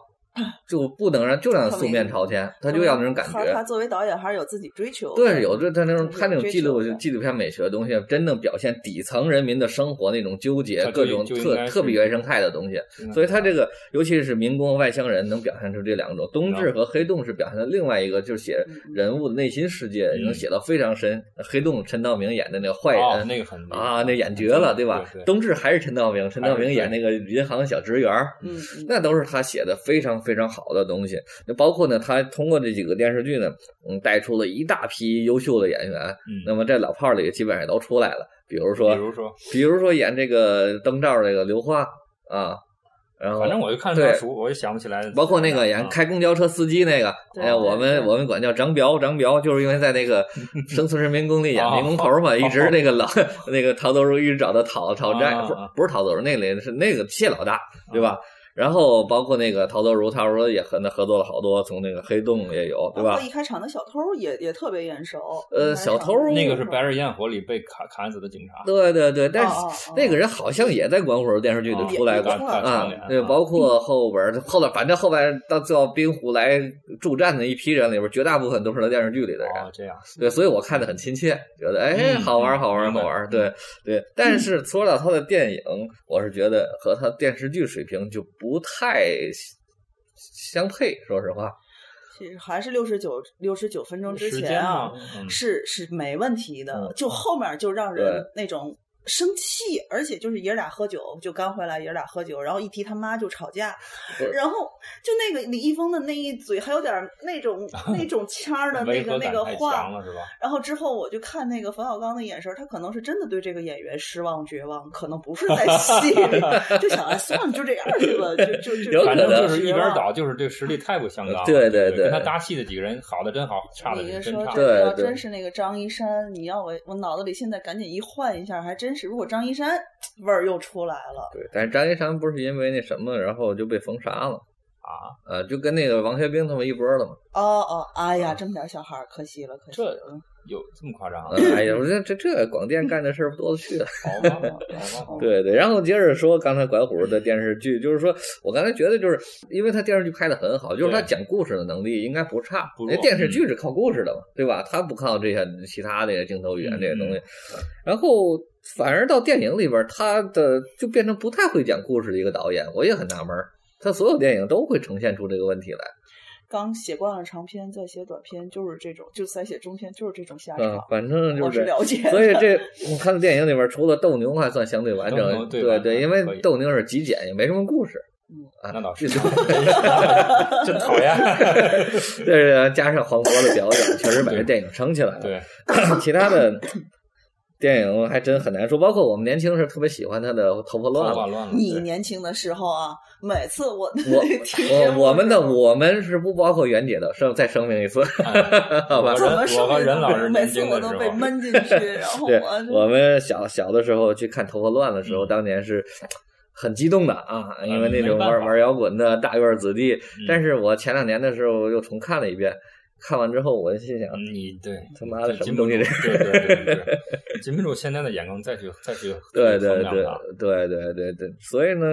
Speaker 4: 就不能让就让素面朝天， [LAUGHS] 他就要那种感
Speaker 3: 他他
Speaker 4: 觉。
Speaker 3: 作为导演还是有自己追求的。
Speaker 4: 对，有的他那种
Speaker 3: 就是
Speaker 4: 他那种
Speaker 3: 追
Speaker 4: 纪录
Speaker 3: 求的
Speaker 4: 纪录片美学的东西，真正表现底层人民的生活那种纠结
Speaker 2: 他，就
Speaker 4: 各
Speaker 2: 应
Speaker 4: 种
Speaker 2: 就应
Speaker 4: 特
Speaker 2: 该
Speaker 4: 特
Speaker 2: 是嗯
Speaker 4: 别原生态的东西。所以他这个，尤其是民工和外乡人，能表现出这两种。冬至
Speaker 2: 嗯
Speaker 4: 和黑洞是表现的另外一个，就是写
Speaker 3: 嗯嗯
Speaker 4: 人物的内心世界，能
Speaker 2: 嗯
Speaker 4: 写到非常深。黑洞陈道明演的那个坏
Speaker 2: 哦
Speaker 4: 人
Speaker 2: 那个很厉害
Speaker 4: 啊，那演绝了，对吧？
Speaker 2: 对
Speaker 4: 冬至还是陈道明，陈道明演那个银行小职员儿，
Speaker 3: 嗯，嗯
Speaker 4: 那都是他写的非常非常好的东西。那包括呢，他通过这几个电视剧呢，嗯，带出了一大批优秀的演员。那
Speaker 2: 嗯，
Speaker 4: 么在老炮儿里基本上也都出来了，比如说
Speaker 2: 比如说，
Speaker 4: 比如说演这个灯罩儿这个刘花啊，然后
Speaker 2: 反正我就看着
Speaker 4: 对
Speaker 2: 他熟，我就想不起来。
Speaker 4: 包括那个演
Speaker 2: 啊
Speaker 4: 开公交车司机那个，
Speaker 3: 对
Speaker 4: 哎，我
Speaker 3: 对
Speaker 4: 们
Speaker 3: 对
Speaker 4: 我们管叫张彪，张彪就是因为在
Speaker 2: [LAUGHS]
Speaker 4: 那个生存人民宫里演
Speaker 2: 哦
Speaker 4: 民工头
Speaker 2: [LAUGHS]
Speaker 4: 儿嘛，一直
Speaker 2: 哦
Speaker 4: 那个老那个陶德如一直找他讨讨债
Speaker 2: 啊，啊
Speaker 4: 不是
Speaker 2: 啊
Speaker 4: 不是陶德如，那里是那个谢老大，对吧？然后包括那个陶德如，陶德如也和他合作了好多，从那个黑洞也有，
Speaker 3: 包括
Speaker 4: 对吧？
Speaker 3: 一开场的小偷也也特别眼熟。
Speaker 4: 呃
Speaker 3: 一开
Speaker 4: 小
Speaker 3: 场
Speaker 4: 偷
Speaker 3: 的
Speaker 2: 那个是《白日焰火》里被砍砍死的警察，
Speaker 4: 对对对，但是
Speaker 3: 哦哦哦
Speaker 4: 那个人好像也在管火电视剧
Speaker 2: 哦
Speaker 4: 里出来
Speaker 3: 也
Speaker 4: 过
Speaker 2: 大
Speaker 3: 出来
Speaker 2: 大
Speaker 3: 了
Speaker 2: 长
Speaker 4: 啊
Speaker 2: 脸，
Speaker 4: 对，
Speaker 2: 啊
Speaker 4: 包括后边儿后来，反正后边到最后冰湖来助战的一批人里边儿，绝大部分都是他电视剧里的人。
Speaker 2: 哦这样，
Speaker 4: 对，所以我看的很亲切，觉得哎，
Speaker 2: 嗯
Speaker 4: 好玩儿，
Speaker 2: 嗯
Speaker 4: 好玩儿，
Speaker 2: 明白
Speaker 4: 好玩儿。对对，但是说到他的电影，我是觉得和他电视剧水平就不太相配，说实话。
Speaker 3: 其实还是六十九六十九分钟之
Speaker 2: 时
Speaker 3: 前
Speaker 2: 间
Speaker 3: 啊
Speaker 2: 嘛，，嗯
Speaker 3: 是是没问题的
Speaker 4: 嗯，
Speaker 3: 就后面就让人
Speaker 4: 对
Speaker 3: 那种。生气，而且就是爷儿俩喝酒，就刚回来，爷儿俩喝酒，然后一提他妈就吵架
Speaker 4: 对，
Speaker 3: [LAUGHS] 然后就那个李易峰的那一嘴，还有点儿
Speaker 2: [LAUGHS]
Speaker 3: 那种那种腔儿的那
Speaker 2: 违
Speaker 3: 个
Speaker 2: 和
Speaker 3: 那
Speaker 2: 感
Speaker 3: 个
Speaker 2: 太
Speaker 3: 话
Speaker 2: 强，了是吧？
Speaker 3: 然后之后我就看那个冯小刚的眼神儿，他可能是真的对这个演员失望绝望，可能不是在
Speaker 2: [LAUGHS]
Speaker 3: 戏里，就想哎算了，就这样儿去吧，就就就
Speaker 4: 有可
Speaker 2: 反
Speaker 4: 能
Speaker 2: 正就是是一边倒，就是这实力太不相当了。
Speaker 4: [LAUGHS] 对
Speaker 2: 对
Speaker 4: 对对
Speaker 2: 跟他搭戏的几个人，好的真好，差的
Speaker 3: 你
Speaker 2: 人真
Speaker 3: 说
Speaker 2: 差
Speaker 3: 这。个要
Speaker 4: 对对
Speaker 3: 真是那个张一山，你要我我脑子里现在赶紧一换一下，还真是，如果张一山味儿又出来了，
Speaker 4: 对，但是张一山不是因为那什么，然后就被封杀了
Speaker 2: 啊？
Speaker 4: 呃，就跟那个王学兵他们一波了嘛。
Speaker 3: 哦哦，哎呀，这么点小孩儿，可惜了，可惜
Speaker 2: 嗯这
Speaker 3: 了。嗯
Speaker 2: 有这么夸张啊？
Speaker 4: 呃哎呀，我说这这广电干的事儿多了去了。
Speaker 2: 好吧，好吧，好吧。
Speaker 4: 对对，然后接着说刚才管虎的电视剧，就是说我刚才觉得就是因为他电视剧拍的很好，就是他
Speaker 2: 对
Speaker 4: 讲故事的能力应该不差
Speaker 2: 不，
Speaker 4: 那
Speaker 2: 弱嗯
Speaker 4: 电视剧是靠故事的嘛，对吧？他不靠这些其他的镜头语言这些东西
Speaker 2: 嗯，
Speaker 4: 然后反而到电影里边，他的就变成不太会讲故事的一个导演，我也很纳闷儿，他所有电影都会呈现出这个问题来。
Speaker 3: 刚写惯了长篇，再写短篇就是这种，就再写中篇就是这种
Speaker 2: 哎
Speaker 3: 下场
Speaker 4: 嗯，，反正就
Speaker 3: 我是
Speaker 4: 是。
Speaker 3: 了解的。
Speaker 4: 所以这我看电影里边，除了斗牛还算相对完
Speaker 2: 斗
Speaker 4: 整，
Speaker 2: 牛对
Speaker 4: 对
Speaker 2: 吧
Speaker 4: 因为
Speaker 2: 可以
Speaker 4: 斗牛是极简，也没什么
Speaker 2: [LAUGHS]
Speaker 4: 故事。啊，
Speaker 2: 那倒是真讨厌。
Speaker 4: [LAUGHS] 对对，加上黄渤的表演，确实把这电影撑起来了。 [LAUGHS]
Speaker 2: 对，
Speaker 4: [COUGHS] 其他的电影还真很难说。包括我们年轻时候特别喜欢他的《头发
Speaker 2: 头
Speaker 4: 乱
Speaker 2: 发
Speaker 4: 了
Speaker 2: 乱了。
Speaker 3: 你年轻的时候啊，每次我
Speaker 4: 我
Speaker 3: [LAUGHS] 听》
Speaker 2: 呃
Speaker 4: 我。我们的我们是不包括袁姐的，声再声明一次，
Speaker 2: 哎
Speaker 4: [LAUGHS] 好吧
Speaker 2: 我？
Speaker 3: [LAUGHS] 怎么
Speaker 2: 人
Speaker 3: 说
Speaker 2: 我和
Speaker 3: 呢
Speaker 2: 任老师
Speaker 3: 每
Speaker 2: 年
Speaker 3: 次
Speaker 2: 轻
Speaker 3: 我
Speaker 2: 的时
Speaker 3: 都
Speaker 2: 候
Speaker 3: 被
Speaker 2: [LAUGHS]
Speaker 3: 闷进去，然后
Speaker 4: 对
Speaker 3: 我，就
Speaker 4: 我们小小的时候去看《头发乱》的时候，当年是很激动的啊，因为那种
Speaker 2: 嗯没
Speaker 4: 玩
Speaker 2: 办法
Speaker 4: 玩摇滚的大院子弟。
Speaker 2: 嗯
Speaker 4: 但是我前两年的时候又重看了一遍，看完之后我就心想，
Speaker 2: 嗯你对
Speaker 4: [LAUGHS] 他妈的
Speaker 2: 这
Speaker 4: 什
Speaker 2: 禁
Speaker 4: 么
Speaker 2: 不
Speaker 4: 东
Speaker 2: 住，
Speaker 4: 西
Speaker 2: 对
Speaker 4: 这
Speaker 2: 对对对
Speaker 4: [LAUGHS]
Speaker 2: 对，禁不住现在的眼光再去再去
Speaker 4: 对
Speaker 2: 衡
Speaker 4: 对
Speaker 2: 量
Speaker 4: 对
Speaker 2: 它
Speaker 4: 对对对对，所以呢，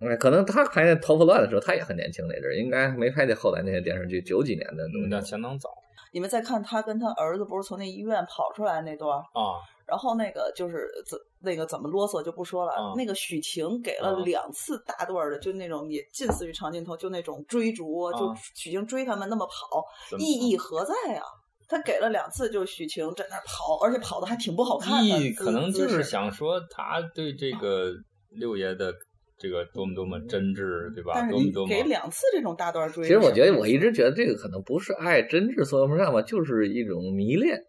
Speaker 4: 哎，可能他还头发乱的时候，他也很年轻那阵儿，应该没拍这后来那些电视剧，九几年的
Speaker 2: 嗯那
Speaker 4: 东西。
Speaker 2: 相当早
Speaker 3: 你们再看他跟他儿子不是从那医院跑出来那段儿，
Speaker 2: 啊，
Speaker 3: 然后那个就是怎那个怎么啰嗦就不说了，
Speaker 2: 啊
Speaker 3: 那个许晴给了
Speaker 2: 啊
Speaker 3: 两次大段儿的，就那种也近似于长镜头，就那种追逐，就
Speaker 2: 啊
Speaker 3: 许晴追他们那么跑，
Speaker 2: 怎么
Speaker 3: 意义何在啊？他给了两次，就是许晴在那儿跑，而且跑的还挺不好看的姿，嗯
Speaker 2: 意义可能就
Speaker 3: 姿
Speaker 2: 是
Speaker 3: 势。
Speaker 2: 想说他对这个六爷的这个多么多么真挚，对吧
Speaker 3: 但？是
Speaker 2: 多么
Speaker 3: 你
Speaker 2: 多么
Speaker 3: 给两次这种大段儿追，
Speaker 4: 其实我觉得，我一直觉得这个可能不是爱真挚算不上吧，就是一种迷恋。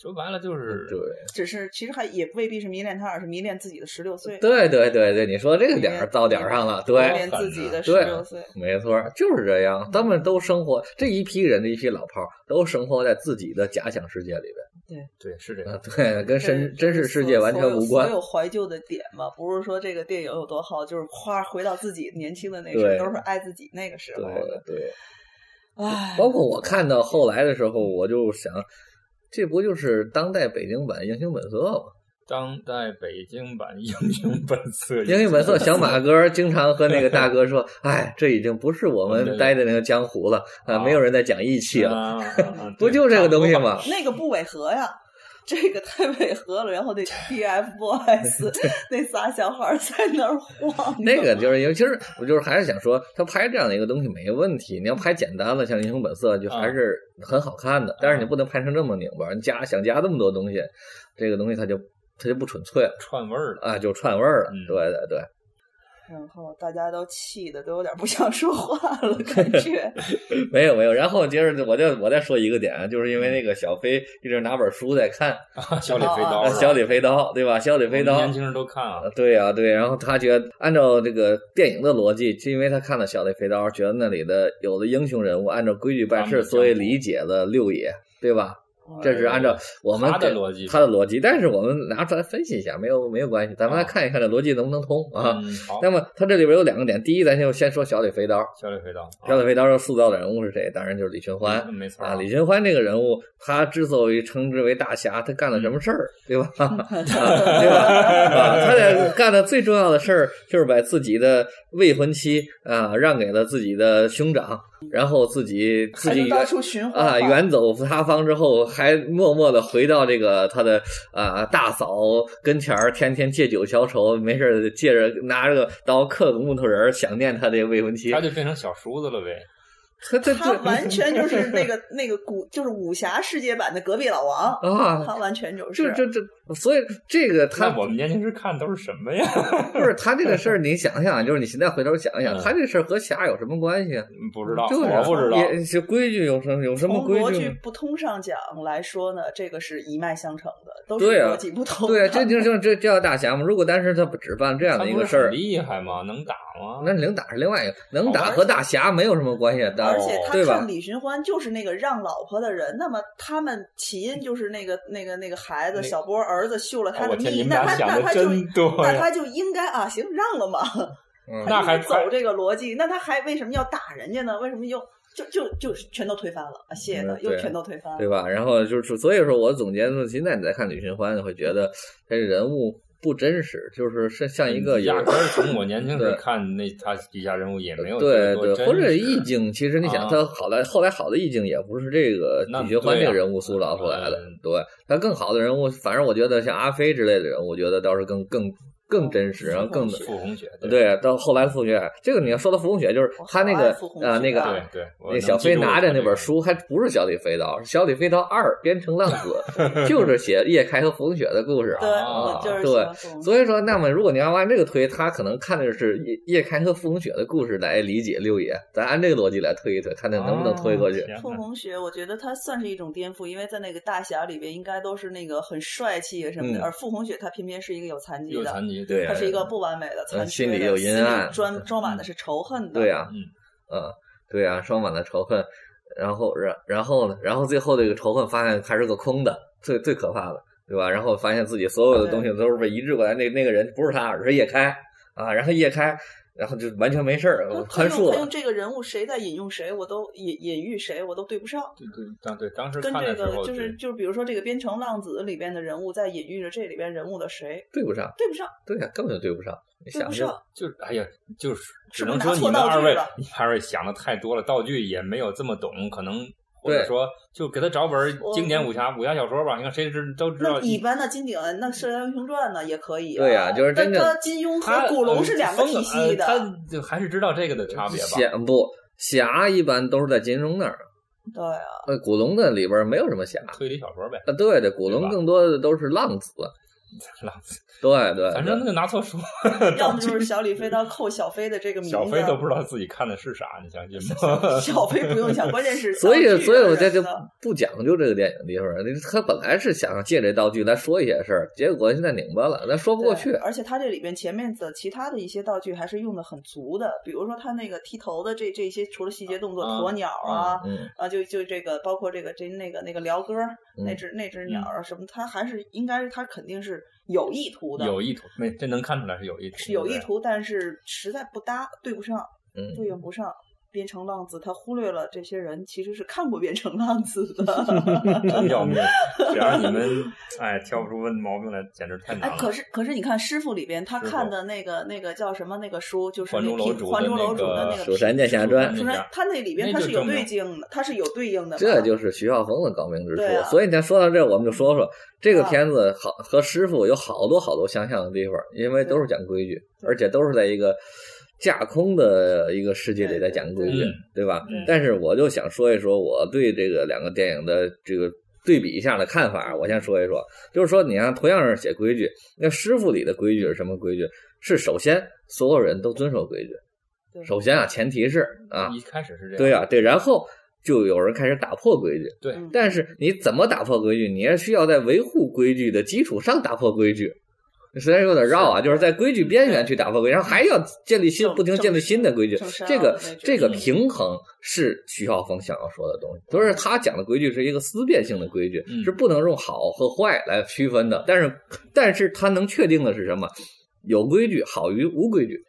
Speaker 2: 说白了就是
Speaker 4: 对
Speaker 3: 只是其实还也未必是迷恋他，而是迷恋自己的十六岁，
Speaker 4: 对对对对，你说这个点儿到点儿上了，
Speaker 3: 迷
Speaker 4: 对
Speaker 3: 恋，自己的十
Speaker 4: 对
Speaker 3: 六岁。
Speaker 4: [LAUGHS] 没错，就是这样。他们都生活这一批人的一批老炮儿，都生活在自己的假想世界里
Speaker 2: 对是这
Speaker 4: 边， [LAUGHS]
Speaker 2: 样
Speaker 4: 啊，对，跟真真实世界完全无关
Speaker 3: 所有所。有怀旧的点嘛，不是说这个电影有多好，就是夸回到自己年轻的那时
Speaker 4: 对
Speaker 3: 候，都是爱自己那个时候
Speaker 4: 对
Speaker 3: 的。
Speaker 4: 对。
Speaker 3: 唉，
Speaker 4: 包括我看到后来的时候，我就想，这不就是当代北京版《英雄本色》吗？
Speaker 2: 当代北京版《英雄本色》，
Speaker 4: 英雄本色小马哥经常和那个大哥说：“ [LAUGHS] 哎，这已经不是我们待的那个江湖了啊，没有人在讲义气了，
Speaker 2: 啊，啊
Speaker 4: [LAUGHS]
Speaker 2: 啊
Speaker 4: 不就这个东西吗？”
Speaker 3: 那个不违和呀，这个太违和了。然
Speaker 4: [LAUGHS]
Speaker 3: 后那 TFBOYS 那仨小孩儿在那儿晃，
Speaker 4: 那个就是因为，其实我就是还是想说，他拍这样的一个东西没问题。你要拍简单了，像《英雄本色》就
Speaker 2: 啊
Speaker 4: 还是很好看的，但是你不能拍成这么拧巴，你加想加这么多东西，这个东西它就它就不纯粹了
Speaker 2: 串味儿了。
Speaker 4: 啊，就串味儿了
Speaker 2: 嗯。
Speaker 4: 对对对，
Speaker 3: 然后大家都气的都有点不想说话了，感觉。
Speaker 4: 没有没有。然后接着我再我再说一个点，啊就是因为那个小飞一直拿本书在看
Speaker 2: 小李飞刀
Speaker 4: 啊
Speaker 2: 是
Speaker 4: 《
Speaker 2: 吧，
Speaker 4: 小李飞刀》，对吧？《小李
Speaker 2: 哦我
Speaker 4: 飞
Speaker 2: 们
Speaker 4: 刀》
Speaker 2: 年轻人都看啊
Speaker 4: 啊，对呀、对，然后他觉得按照这个电影的逻辑，就因为他看了《小李飞刀》，觉得那里的有的英雄人物按照规矩办
Speaker 2: 他们
Speaker 4: 事，
Speaker 2: 的
Speaker 4: 所以
Speaker 2: 江湖
Speaker 4: 理解了六爷，对吧？ [LAUGHS] 这是按照我们
Speaker 2: 哎他的
Speaker 4: 给
Speaker 2: 逻辑
Speaker 4: 他的逻辑，但是我们拿出来分析一下，没有没有关系，咱们来
Speaker 2: 啊
Speaker 4: 看一看这逻辑能不能通啊。
Speaker 2: 嗯好，
Speaker 4: 那么他这里边有两个点，第一，咱就先说小李飞刀。
Speaker 2: 小李飞刀，
Speaker 4: 小李
Speaker 2: 飞
Speaker 4: 飞刀塑造的人物是谁？当然就是李寻
Speaker 2: [LAUGHS]
Speaker 4: 欢。
Speaker 2: 没错
Speaker 3: 哦
Speaker 4: 啊，李寻欢这个人物，他之所以称之为大侠，他干了什
Speaker 3: 嗯
Speaker 4: 么事儿，对
Speaker 3: [LAUGHS]
Speaker 4: 吧？对吧？啊，他俩干的最重要的事儿就是把自己的未婚妻啊让给了自己的兄长，然后自己自
Speaker 3: 还
Speaker 4: 己
Speaker 3: 能到处寻欢
Speaker 4: 啊
Speaker 3: 嘛
Speaker 4: 远走他方之后，还默默的回到这个他的啊大嫂跟前儿，天天借酒消愁，没事儿借着拿着个刀刻个木头人儿，想念他的未婚妻
Speaker 2: 他。就变成小叔子了呗。
Speaker 4: 他他
Speaker 3: 他完全就是那
Speaker 4: 个 [LAUGHS]
Speaker 3: 个那个古就是武侠世界版的隔壁老王，
Speaker 4: 啊，
Speaker 3: 他完全就是
Speaker 4: 这这这，所以这个他
Speaker 2: 那我们年轻时看都是什么呀？ [LAUGHS]
Speaker 4: 不是他这个事儿，你想想，就是你现在回头想一想，
Speaker 2: 嗯
Speaker 4: 他这事儿和侠有什么关系啊？
Speaker 2: 不知道，
Speaker 4: 就是
Speaker 2: 我不知道。
Speaker 4: 也是规矩有什么有什么
Speaker 3: 从
Speaker 4: 规
Speaker 3: 逻辑
Speaker 4: 矩吗？
Speaker 3: 不通上讲来说呢，这个是一脉相承的，都是
Speaker 4: 对啊
Speaker 3: 逻辑不通的。
Speaker 4: 对啊，这就像这这叫大侠嘛。如果当时他不只办这样
Speaker 2: 他
Speaker 4: 的一
Speaker 2: 不
Speaker 4: 个
Speaker 2: 是
Speaker 4: 事儿
Speaker 2: 很，厉害吗？能打吗？
Speaker 4: 那能打是另外一个，能
Speaker 2: 好
Speaker 4: 打
Speaker 2: 玩
Speaker 4: 和大侠没有什么关系的
Speaker 3: 而，且他
Speaker 4: 哦对吧
Speaker 3: 看？李寻欢就是那个让老婆的人，那么他们起因就是那个那个那个孩子
Speaker 2: 那
Speaker 3: 小波儿子秀了他
Speaker 2: 哦我
Speaker 3: 的
Speaker 2: 天，你们
Speaker 3: 密，
Speaker 2: 俩
Speaker 3: 那他
Speaker 2: 想
Speaker 3: 那
Speaker 2: 的
Speaker 3: 他就
Speaker 2: 真多
Speaker 3: 那
Speaker 2: 呀！
Speaker 3: 他就应该啊，行让了嘛，
Speaker 2: [LAUGHS]
Speaker 4: 嗯
Speaker 2: 那还
Speaker 3: 就是走这个逻辑，那他还为什么要打人家呢？为什么又就就就是全都推翻了？啊，谢谢他，
Speaker 4: 嗯
Speaker 3: 又
Speaker 4: 对
Speaker 3: 全都推翻了
Speaker 4: 对。吧？然后就是，所以说我总结说，现在你再看李寻欢，你会觉得他这人物不真实，就是是像一个有
Speaker 2: 压根儿从我年轻时
Speaker 4: 对
Speaker 2: 看那他笔下人物也没有
Speaker 4: 对
Speaker 2: 觉得多
Speaker 4: 对，
Speaker 2: 真
Speaker 4: 或者
Speaker 2: 实
Speaker 4: 意境，其实你想，
Speaker 2: 啊
Speaker 4: 他好来后来好的意境也不是这个
Speaker 2: 那
Speaker 4: 李寻欢
Speaker 2: 对
Speaker 4: 这个
Speaker 2: 啊
Speaker 4: 人物塑造出来的
Speaker 2: 嗯，
Speaker 4: 对他更好的人物，反正我觉得像阿飞之类的人，我觉得倒是更更更真实，然后更
Speaker 2: 傅红雪
Speaker 4: 对。到后来的傅雪，这个你要说到傅红雪，就是
Speaker 3: 我
Speaker 4: 他那
Speaker 3: 好
Speaker 4: 个
Speaker 3: 爱傅红
Speaker 4: 啊
Speaker 3: 雪
Speaker 4: 那个
Speaker 3: 啊
Speaker 2: 对对，我
Speaker 4: 那
Speaker 2: 能
Speaker 4: 小
Speaker 2: 记
Speaker 4: 飞
Speaker 2: 住
Speaker 4: 拿
Speaker 2: 他
Speaker 4: 着
Speaker 2: 这
Speaker 4: 那
Speaker 2: 个
Speaker 4: 本书，还不是《小李飞刀》，是《小李飞刀二：边城
Speaker 2: [LAUGHS]
Speaker 4: 浪子》，就是写叶开和冯雪的故事。啊
Speaker 3: 对，我就是喜欢宋
Speaker 4: 所以说，那么如果你要按这个推，他可能看的是叶叶开和傅红雪的故事来理解六爷，咱按这个逻辑来推一推，看他能不能推过去
Speaker 2: 啊。天
Speaker 3: 傅
Speaker 2: 哪
Speaker 3: 红雪，我觉得他算是一种颠覆，因为在那个大侠里边应该都是那个很帅气啊什么的，
Speaker 4: 嗯
Speaker 3: 而傅红雪她偏偏是一个有残疾
Speaker 2: 有
Speaker 3: 的，
Speaker 2: 残疾，
Speaker 4: 对啊
Speaker 3: 她是一个不完美的残
Speaker 4: 呃
Speaker 3: 缺
Speaker 4: 心
Speaker 3: 的，
Speaker 4: 里有阴暗嗯
Speaker 3: 装装满的是仇恨的。
Speaker 4: 对呀、
Speaker 2: 嗯
Speaker 4: 嗯，对呀、装满了仇恨，然后然然后呢，然后最后这个仇恨发现还是个空的，最最可怕的，对吧？然后发现自己所有的东西都是被移植过来，那那个人不是他，而是叶开啊，然后叶开，然后就完全没事儿
Speaker 3: 他，他
Speaker 4: 宽恕
Speaker 3: 用他
Speaker 4: 了
Speaker 3: 用。这个人物谁在引用谁，我都引引喻谁，我都对不上。
Speaker 2: 对对，当对当时
Speaker 3: 跟
Speaker 2: 看
Speaker 3: 这
Speaker 2: 的时
Speaker 3: 个
Speaker 2: 候
Speaker 3: 就是就是，比如说这个《边城浪子》里边的人物在隐喻着这里边人物的谁，
Speaker 4: 对不上，
Speaker 3: 对不上，
Speaker 4: 对呀、根本就对不上。你
Speaker 3: 对
Speaker 4: 想
Speaker 3: 不
Speaker 4: 就
Speaker 3: 上。
Speaker 2: 就是哎呀，就是只
Speaker 3: 是不
Speaker 2: 能
Speaker 3: 是拿
Speaker 2: 说
Speaker 3: 错
Speaker 2: 你们
Speaker 3: 道具
Speaker 2: 二位
Speaker 3: 了，
Speaker 2: 你们二位想的太多了，道具也没有这么懂，可能或
Speaker 4: 对
Speaker 2: 者说就给他找本儿
Speaker 3: 我
Speaker 2: 经典武侠武侠小说吧，你看谁知都知
Speaker 3: 那
Speaker 2: 道。
Speaker 3: 一般的经典，那《射雕英雄传》呢也可以、啊。
Speaker 4: 对呀就是真
Speaker 3: 但
Speaker 4: 正嗯
Speaker 3: 他金庸
Speaker 2: 他
Speaker 3: 和古龙
Speaker 2: 呃
Speaker 3: 是两个
Speaker 2: 风格
Speaker 3: 体系的。
Speaker 2: 呃他就还是知道这个的差别吧。
Speaker 4: 侠不侠一般都是在金庸那儿，
Speaker 3: 对啊，
Speaker 4: 呃，古龙的里边没有什么侠。
Speaker 2: 推理小说呗，
Speaker 4: 啊，对对，
Speaker 2: 对
Speaker 4: 古龙
Speaker 2: 吧
Speaker 4: 更多的都是浪子，
Speaker 2: [LAUGHS] 浪子，
Speaker 4: 对对，
Speaker 2: 反
Speaker 4: 对
Speaker 2: 正那就拿错书，
Speaker 3: 要么就是小李飞刀扣小飞的这个名字，
Speaker 2: [LAUGHS] 小飞都不知道自己看的是啥，你相信 [LAUGHS] 吗？
Speaker 3: 小飞不用想，关键是
Speaker 4: 所
Speaker 3: 道
Speaker 4: 以
Speaker 3: 具
Speaker 4: 所以
Speaker 3: 啊
Speaker 4: 我这
Speaker 3: 什
Speaker 4: 就
Speaker 3: 么的
Speaker 4: 不讲究这个电影地方，他本来是想借这道具来说一些事儿，结果现在拧巴了，咱说不过
Speaker 3: 对
Speaker 4: 去。
Speaker 3: 而且它这里边前面的其他的一些道具还是用的很足的，比如说它那个剃头的这这些，除了细节动作，
Speaker 2: 啊
Speaker 3: 鸵鸟啊，
Speaker 4: 嗯，
Speaker 3: 啊，就就这个，包括这个这那个那个辽哥儿那
Speaker 4: 嗯
Speaker 3: 只那只鸟儿什么，它还是应该是它肯定是有意图的，
Speaker 2: 有意图，没这能看出来是有意图，
Speaker 3: 是有意
Speaker 2: 对
Speaker 3: 图，但是实在不搭，对不上，
Speaker 4: 嗯
Speaker 3: 对应不上。变成浪子，他忽略了这些人其实是看过变成浪子的。
Speaker 2: [LAUGHS] 真要
Speaker 4: [LAUGHS]
Speaker 2: 命！只要你们哎挑不出问毛病来，简直太难
Speaker 3: 哎
Speaker 2: 了。，
Speaker 3: 可是可是你看师傅里边他
Speaker 2: 师傅
Speaker 3: 看的那个那个叫什么那个书，就是
Speaker 2: 还
Speaker 3: 那
Speaker 2: 珠
Speaker 3: 评
Speaker 2: 楼主
Speaker 3: 还珠楼主的
Speaker 2: 那个
Speaker 3: 那个
Speaker 2: 《
Speaker 4: 蜀山剑侠传
Speaker 3: 评
Speaker 2: 蜀
Speaker 3: 书
Speaker 2: 山
Speaker 3: 那他那里边
Speaker 2: 那
Speaker 3: 他
Speaker 2: 就是
Speaker 3: 有
Speaker 2: 证明
Speaker 3: 对应的，他是有对应的嘛。
Speaker 4: 这就是徐浩峰的高明之处
Speaker 3: 对。啊
Speaker 4: 所以咱说到这儿，我们就说说这个
Speaker 3: 啊
Speaker 4: 片子好和师傅有好多好多相像的地方，因为都是讲规矩，而且都是在一个架空的一个世界里在讲规矩
Speaker 2: 嗯，
Speaker 4: 对吧
Speaker 3: 嗯？
Speaker 4: 但是我就想说一说我对这个两个电影的这个。对比一下的看法，我先说一说，就是说，你看，同样是写规矩，那师傅里的规矩是什么规矩？是首先所有人都遵守规矩，
Speaker 3: 对
Speaker 4: 首先啊，前提是啊，
Speaker 2: 一开始是这样。
Speaker 4: 对啊，对，然后就有人开始打破规矩。
Speaker 2: 对
Speaker 3: 嗯
Speaker 4: 但是你怎么打破规矩？你也需要在维护规矩的基础上打破规矩。虽然有点绕啊，就是在规矩边缘去打破规矩，然后还要建立新，
Speaker 3: 嗯正
Speaker 4: 不停建立新的规矩
Speaker 3: 正啊正。
Speaker 4: 这个
Speaker 3: 正
Speaker 4: 这个
Speaker 2: 嗯
Speaker 4: 平衡是徐浩峰想要说的东
Speaker 3: 嗯
Speaker 4: 西，就是他讲的规矩是一个思辨性的规矩
Speaker 2: 嗯，
Speaker 4: 是不能用好和坏来区分的。但是，但是他能确定的是什么？有规矩好于无规矩。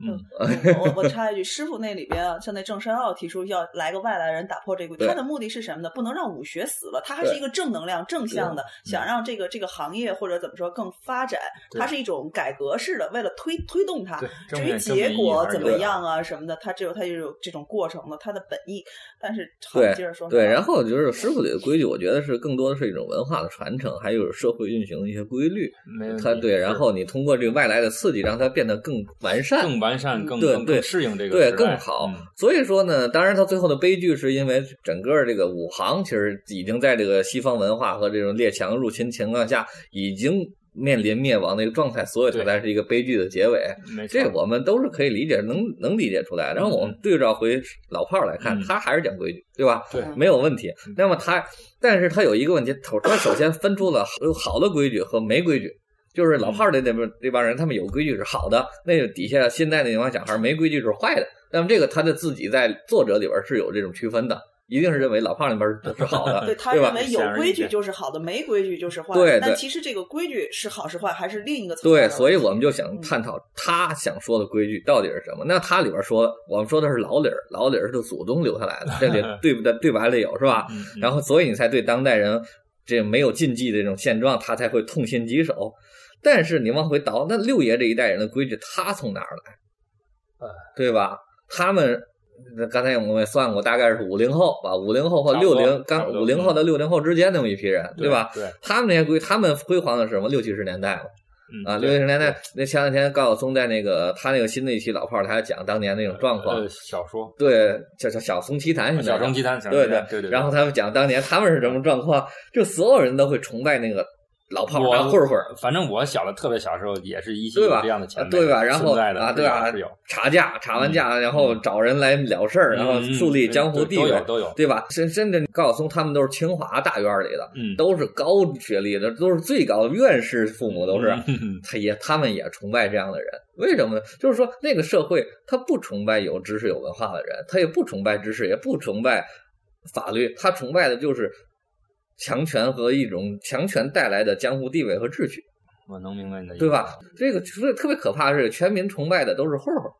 Speaker 3: 我我我插一句，师傅那里边啊，像那郑山傲提出要来个外来人打破这个规
Speaker 4: 对
Speaker 3: 矩，他的目的是什么呢？不能让武学死了，他还是
Speaker 4: 对嗯
Speaker 3: 一个正能量、正向的，想让这个这个行业或者怎么说更发展，
Speaker 2: 对
Speaker 3: 它是一种改革式的，为了推推动它。
Speaker 2: 对，
Speaker 3: 至
Speaker 2: 正
Speaker 3: 于
Speaker 2: 面
Speaker 3: 结果怎
Speaker 2: 正面意义还是
Speaker 3: 么？
Speaker 2: 有的
Speaker 3: 样啊什么的，他只有他就有这种过程了，他的本意。但是好，
Speaker 4: 对
Speaker 3: 接着说。
Speaker 4: 对，然后就是师傅里的规矩，我觉得是更多的是一种文化的传承，还有社会运行的一些规律。
Speaker 2: 没问题
Speaker 4: 它对，
Speaker 2: 是
Speaker 4: 然后你通过这个外来的刺激，让它变得更完善。
Speaker 2: 更完善、更
Speaker 4: 嗯对
Speaker 2: 更
Speaker 4: 对
Speaker 2: 更适应这个
Speaker 4: 对
Speaker 2: 时代
Speaker 4: 更好
Speaker 2: 嗯
Speaker 4: 所以说呢，当然他最后的悲剧是因为整个这个武行其实已经在这个西方文化和这种列强入侵情况下，已经面临灭亡的一个状态，所以它
Speaker 2: 对
Speaker 4: 才是一个悲剧的结尾。
Speaker 2: 没错
Speaker 4: 这我们都是可以理解，能能理解出来。然后我们对照回老炮儿来看，
Speaker 2: 嗯
Speaker 4: 他还是讲规矩，对吧？
Speaker 2: 对嗯
Speaker 4: 没有问题。那么他，但是他有一个问题，头他首先分出了有好的规矩和没规矩。就是老炮
Speaker 2: 嗯
Speaker 4: 儿的那帮那帮人，他们有规矩是好的，那个底下现在那帮小孩儿没规矩是坏的。那么这个他的自己在作者里边是有这种区分的，一定是认为老炮儿那边是好的，
Speaker 3: 对他
Speaker 4: 吧？
Speaker 3: 认为有
Speaker 2: 显而易
Speaker 3: 规矩
Speaker 2: 见
Speaker 3: 就是好的，没规矩就是坏
Speaker 4: 对
Speaker 3: 的。
Speaker 4: 对
Speaker 3: 但其实这个规矩是好是坏，还是另一个层面
Speaker 4: 对，
Speaker 3: 的
Speaker 4: 所以
Speaker 3: 问题
Speaker 4: 我们就
Speaker 2: 嗯
Speaker 4: 想探讨他想说的规矩到底是什么。那他里边说的，我们说的是老理儿，老理儿是他祖宗留下来的，这里对不对？对白里有是吧？
Speaker 2: 嗯嗯
Speaker 4: 然后，所以你才对当代人这没有禁忌的这种现状，他才会痛心疾首。但是你往回倒，那六爷这一代人的规矩，他从哪儿来
Speaker 2: 哎？
Speaker 4: 对吧？他们那刚才我们也算过，大概是五零后吧，五零后或
Speaker 2: 差不
Speaker 4: 六
Speaker 2: 多
Speaker 4: 零，
Speaker 2: 差
Speaker 4: 刚
Speaker 2: 不
Speaker 4: 五
Speaker 2: 多
Speaker 4: 零后到六零后之间那么一批人，对吧？
Speaker 2: 对，
Speaker 4: 他们那些规，他们辉煌的是什么？六七十年代嘛。
Speaker 2: 嗯
Speaker 4: 啊，
Speaker 2: 对
Speaker 4: 六十年
Speaker 2: 对
Speaker 4: 代那前两天高晓松在那个他那个新的一期老炮儿，他还讲当年那种状况
Speaker 2: 呃，小说
Speaker 4: 对，叫叫小松奇谈是吧，
Speaker 2: 啊小松奇谈，小
Speaker 4: 对
Speaker 2: 松奇谈对对，
Speaker 4: 然后他们讲当年他们是什么状况，就所有人都会崇拜那个老炮儿
Speaker 2: 我
Speaker 4: 大混混儿，
Speaker 2: 反正我小的特别小时候也是一些
Speaker 4: 对吧
Speaker 2: 有这样的前
Speaker 4: 啊
Speaker 2: 辈
Speaker 4: 对吧？然后
Speaker 2: 存在的
Speaker 4: 啊，对吧
Speaker 2: 是有是有，
Speaker 4: 查架，查完架，然后找人来了事儿，然后
Speaker 2: 嗯嗯
Speaker 4: 树立
Speaker 2: 对
Speaker 4: 江湖
Speaker 2: 都
Speaker 4: 地
Speaker 2: 都
Speaker 4: 位
Speaker 2: 有，都有，
Speaker 4: 对吧？甚甚至高晓松他们都是清华大院里的，
Speaker 2: 嗯，
Speaker 4: 都是高学历的，都是最高的院士，父母都是。
Speaker 2: 嗯嗯
Speaker 4: 他也他们也崇拜这样的人，为什么呢？就是说那个社会他不崇拜有知识有文化的人，他也不崇拜知识，也不崇拜法律，他崇拜的就是强权和一种强权带来的江湖地位和秩序，
Speaker 2: 我能明白你的意思，
Speaker 4: 对吧？这个所以特别可怕的是，全民崇拜的都是混混儿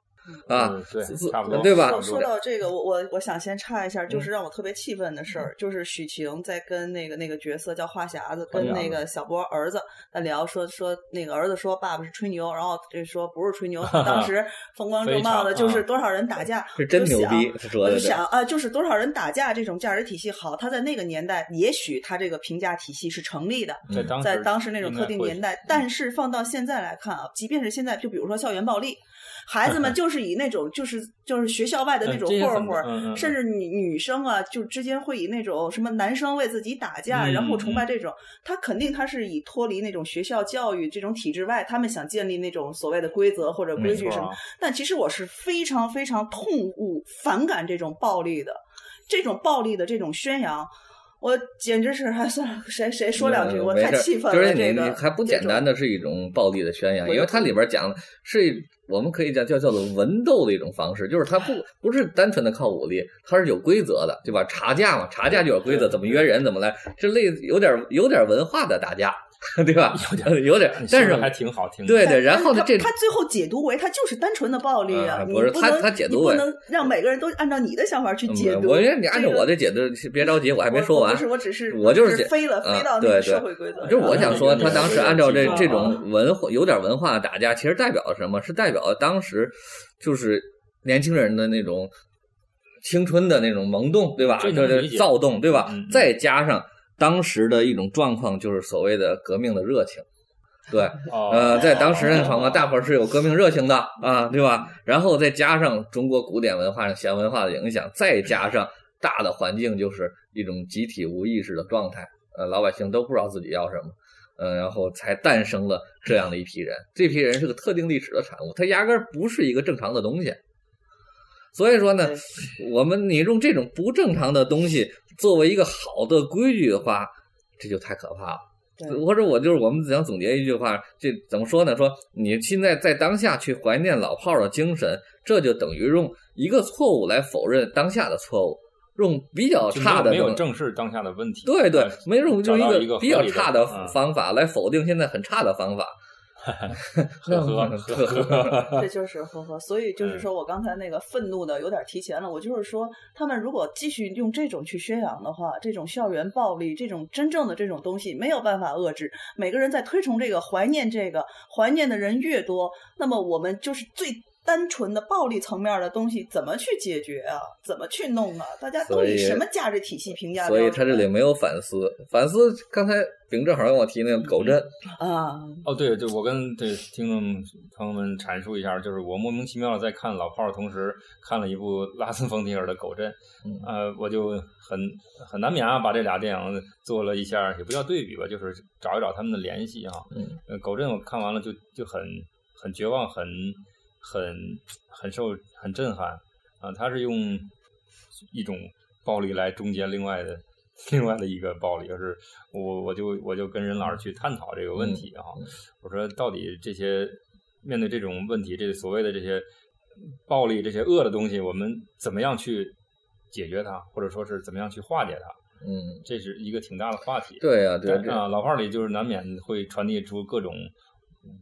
Speaker 4: 啊，
Speaker 2: 嗯？对
Speaker 4: 自自，
Speaker 2: 差不多，
Speaker 4: 对吧
Speaker 2: 差
Speaker 4: 大
Speaker 2: 不
Speaker 3: 说
Speaker 2: 多
Speaker 3: 说到这个，我我我想先插一下，就是让我特别气愤的事儿，就是许晴在跟那个那个角色叫话匣子，跟
Speaker 2: 话匣子
Speaker 3: 那个小波儿子在聊，说说那个儿子说爸爸是吹牛，然后就说不是吹牛，当时风光正茂的，
Speaker 2: 非常
Speaker 3: 就是多少人打架，
Speaker 4: 是真
Speaker 3: 我就
Speaker 4: 牛
Speaker 3: 想
Speaker 4: 逼，他说
Speaker 3: 我
Speaker 4: 的
Speaker 3: 就
Speaker 4: 对
Speaker 3: 想啊，就是多少人打架这种价值体系好，他在那个年代，也许他这个评价体系是成立的，
Speaker 2: 在当时
Speaker 3: 嗯在当时那种
Speaker 2: 应
Speaker 3: 特
Speaker 2: 该
Speaker 3: 定
Speaker 2: 会嗯
Speaker 3: 年代，但是放到现在来看啊，即便是现在，就比如说校园暴力，孩
Speaker 2: [LAUGHS]
Speaker 3: 子们就是以那种就是就是学校外的那
Speaker 2: 嗯
Speaker 3: 种
Speaker 2: 这些
Speaker 3: 混
Speaker 2: 很
Speaker 3: 混儿，
Speaker 2: 嗯嗯
Speaker 3: 甚至女女生啊，就之间会以那种什么男生为自己打架，
Speaker 2: 嗯
Speaker 3: 然后崇拜这种，他肯定他是以脱离那种学校教育这种体制外，他们想建立那种所谓的规则或者
Speaker 2: 没
Speaker 3: 规矩
Speaker 2: 错
Speaker 3: 什么
Speaker 2: 啊，
Speaker 3: 但其实我是非常非常痛恶、反感这种暴力的，这种暴力的这种宣扬，我简直是哎算了，谁谁说两句，
Speaker 4: 嗯
Speaker 3: 我
Speaker 4: 没
Speaker 3: 太
Speaker 4: 事儿
Speaker 3: 气愤
Speaker 4: 就是
Speaker 3: 了。
Speaker 4: 你
Speaker 3: 这
Speaker 4: 你
Speaker 3: 个
Speaker 4: 还不简单的是一种暴力的宣扬，
Speaker 3: 我就
Speaker 4: 因为它里边讲的是我们可以讲叫叫做文斗的一种方式，就是它
Speaker 3: [LAUGHS]
Speaker 4: 不不是单纯的靠武力，它是有规则的，对吧？查价嘛，查价就有规则，
Speaker 2: 对
Speaker 4: 怎么约人，怎么来，这类有点有点文化的打架，对吧？
Speaker 2: 有点
Speaker 4: 点，有点
Speaker 2: 你，说
Speaker 4: 但
Speaker 2: 的
Speaker 4: 是
Speaker 2: 还挺好听的。
Speaker 4: 对对，
Speaker 3: 但
Speaker 4: 然后呢，
Speaker 3: 他
Speaker 4: 这
Speaker 3: 他最后解读为他就是单纯的暴力
Speaker 4: 啊
Speaker 3: 你
Speaker 4: 不是他
Speaker 3: 能
Speaker 4: 他解读
Speaker 3: 你不
Speaker 4: 为
Speaker 3: 能让每个人都按照你的想法去解
Speaker 4: 嗯
Speaker 3: 读。
Speaker 4: 我觉得你按照
Speaker 3: 这个
Speaker 4: 我的解读，别着急，我还没
Speaker 3: 我
Speaker 4: 说
Speaker 3: 我
Speaker 4: 完
Speaker 3: 不。是，我只是
Speaker 4: 我就是
Speaker 3: 只
Speaker 4: 解
Speaker 3: 飞了，
Speaker 4: 啊
Speaker 3: 飞到那个
Speaker 4: 对对
Speaker 3: 社会规则上。
Speaker 4: 就是我想说，
Speaker 2: 然后那个
Speaker 4: 他当时按照这
Speaker 2: 啊
Speaker 4: 这种文化有点文化的打架，其实代表什么？是代表当时就是年轻人的那种青春的那种萌动，对吧？
Speaker 2: 这
Speaker 4: 对
Speaker 2: 能
Speaker 4: 对
Speaker 2: 理，解
Speaker 4: 躁动，对吧？
Speaker 2: 嗯嗯
Speaker 4: 再加上当时的一种状况，就是所谓的革命的热情，对，
Speaker 2: 哦，
Speaker 4: 呃，在当时那场合，大伙儿是有革命热情的啊，对吧？然后再加上中国古典文化上弦文化的影响，再加上大的环境就是一种集体无意识的状态，呃，老百姓都不知道自己要什么，呃，然后才诞生了这样的一批人。这批人是个特定历史的产物，它压根儿不是一个正常的东西。所以说呢，我们你用这种不正常的东西作为一个好的规矩的话，这就太可怕了。
Speaker 3: 对
Speaker 4: 或者我就是我们想总结一句话，这怎么说呢？说你现在在当下去怀念老炮儿的精神，这就等于用一个错误来否认当下的错误，用比较
Speaker 2: 就
Speaker 4: 差的
Speaker 2: 没有没有
Speaker 4: 这种
Speaker 2: 正视当下的问题。
Speaker 4: 对对
Speaker 2: 啊，
Speaker 4: 没用
Speaker 2: 找
Speaker 4: 用
Speaker 2: 到
Speaker 4: 一
Speaker 2: 一
Speaker 4: 个
Speaker 2: 个
Speaker 4: 比
Speaker 2: 合
Speaker 4: 较
Speaker 2: 理的
Speaker 4: 差的
Speaker 2: 嗯
Speaker 4: 方法来否定现在很差的方法。
Speaker 2: [LAUGHS] 呵
Speaker 4: [LAUGHS]
Speaker 2: 呵呵呵，
Speaker 3: 这就是呵呵，所以
Speaker 4: 嗯
Speaker 3: 就是说我刚才那个愤怒的有点提前了。我就是说，他们如果继续用这种去宣扬的话，这种校园暴力，这种真正的这种东西没有办法遏制。每个人在推崇这个、怀念这个、怀念的人越多，那么我们就是最单纯的暴力层面的东西怎么去解决啊？怎么去弄啊？大家都
Speaker 4: 所以
Speaker 3: 以什么价值体系评价标
Speaker 4: 所
Speaker 3: 准
Speaker 4: 以
Speaker 3: 啊？
Speaker 4: 他这里没有反思，反思刚才丙正好跟我提那个狗镇，
Speaker 3: 啊，
Speaker 2: 哦，对对，我跟对听众朋友们阐述一下，就是我莫名其妙的在看《老炮儿》的同时，看了一部拉斯冯提尔的《狗镇》
Speaker 4: 嗯，
Speaker 2: 呃，我就很很难免啊，把这俩电影做了一下，也不叫对比吧，就是找一找他们的联系啊。
Speaker 4: 嗯
Speaker 2: 呃，《狗镇》我看完了就就很很绝望，很很很受很震撼啊！他是用一种暴力来终结另外的另外的一个暴力，就是我我就我就跟任老师去探讨这个问题啊，我说到底这些面对这种问题，这所谓的这些暴力、这些恶的东西，我们怎么样去解决它，或者说是怎么样去化解它，
Speaker 4: 嗯，
Speaker 2: 这是一个挺大的话题。
Speaker 4: 对呀、对、
Speaker 2: 但
Speaker 4: 这
Speaker 2: 啊，老炮儿里就是难免会传递出各种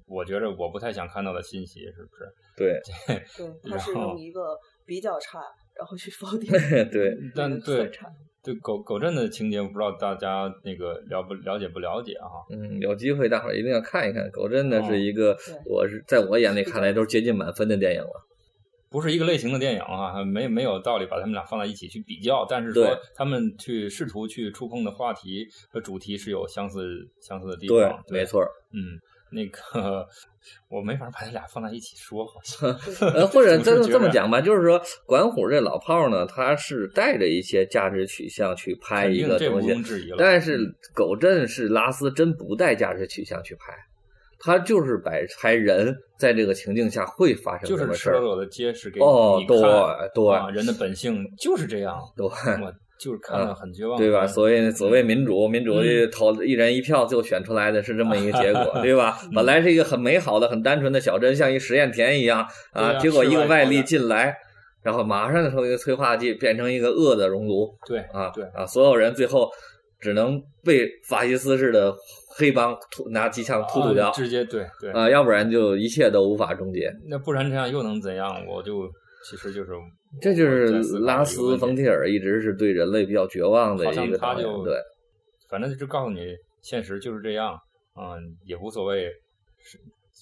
Speaker 2: 我觉着我不太想看到的信息，是不是？
Speaker 4: 对
Speaker 3: 对，他是
Speaker 2: 然后
Speaker 3: 用一个比较差，然后去否定
Speaker 4: [LAUGHS]
Speaker 3: 嗯
Speaker 4: 对，
Speaker 2: 但
Speaker 3: 那个
Speaker 2: 对
Speaker 3: 特长
Speaker 2: 对狗狗镇的情节，我不知道大家那个了不了解不了解啊？
Speaker 4: 嗯，有机会大伙儿一定要看一看，狗镇呢
Speaker 2: 哦
Speaker 4: 是一个，
Speaker 3: 对
Speaker 4: 我是在我眼里看来都是接近满分的电影
Speaker 2: 哦
Speaker 4: 了。
Speaker 2: 不是一个类型的电影啊，没没有道理把他们俩放在一起去比较，但是
Speaker 4: 对
Speaker 2: 说他们去试图去触碰的话题和主题是有相似相似的地方，对，
Speaker 4: 没，错儿。
Speaker 2: 嗯，那个我没法把他俩放在一起说，好像
Speaker 4: 呃，或者
Speaker 2: [LAUGHS] 我是
Speaker 4: 这么
Speaker 2: 觉
Speaker 4: 这么
Speaker 2: 得
Speaker 4: 讲吧，就是说管虎这老炮儿呢，他是带着一些价值取向去拍
Speaker 2: 肯
Speaker 4: 一
Speaker 2: 定
Speaker 4: 个
Speaker 2: 这毋
Speaker 4: 哎东西
Speaker 2: 庸，置疑了。嗯
Speaker 4: 但是狗镇是拉斯真不带价值取向去拍，他就是把拍人在这个情境下会发生
Speaker 2: 就
Speaker 4: 什
Speaker 2: 是
Speaker 4: 么
Speaker 2: 赤
Speaker 4: 事
Speaker 2: 裸
Speaker 4: 儿。
Speaker 2: 裸的揭示给你
Speaker 4: 哦，对
Speaker 2: 看，啊，
Speaker 4: 对
Speaker 2: 人的本性就是这样，
Speaker 4: 对。嗯
Speaker 2: 我就是看了很绝望，
Speaker 4: 对吧？所谓所谓民主，民主
Speaker 2: 嗯
Speaker 4: 投一人一票，最后选出来的是这么一个
Speaker 2: [LAUGHS]
Speaker 4: 结果，对吧？
Speaker 2: 嗯
Speaker 4: 本来是一个很美好的、很单纯的小镇，像一实验田一样
Speaker 2: 对
Speaker 4: 啊，
Speaker 2: 啊
Speaker 4: 结果一个外
Speaker 2: 是外
Speaker 4: 力
Speaker 2: 国的
Speaker 4: 进来，然后马上就成为一个催化剂，变成一个恶的熔炉
Speaker 2: 对
Speaker 4: 啊
Speaker 2: 对，
Speaker 4: 啊！所有人最后只能被法西斯式的黑帮突拿机枪突突掉
Speaker 2: 啊直接对对
Speaker 4: 啊，要不然就一切都无法终结。
Speaker 2: 那不然这样又能怎样？我就其实就是
Speaker 4: 这就是
Speaker 2: 在思考
Speaker 4: 拉
Speaker 2: 这个问
Speaker 4: 斯
Speaker 2: 题
Speaker 4: 冯提尔一直是对人类比较绝望的
Speaker 2: 好
Speaker 4: 一
Speaker 2: 像
Speaker 4: 个
Speaker 2: 他
Speaker 4: 导演
Speaker 2: 就
Speaker 4: 对。
Speaker 2: 反正就告诉你，现实就是这样，嗯，也无所谓是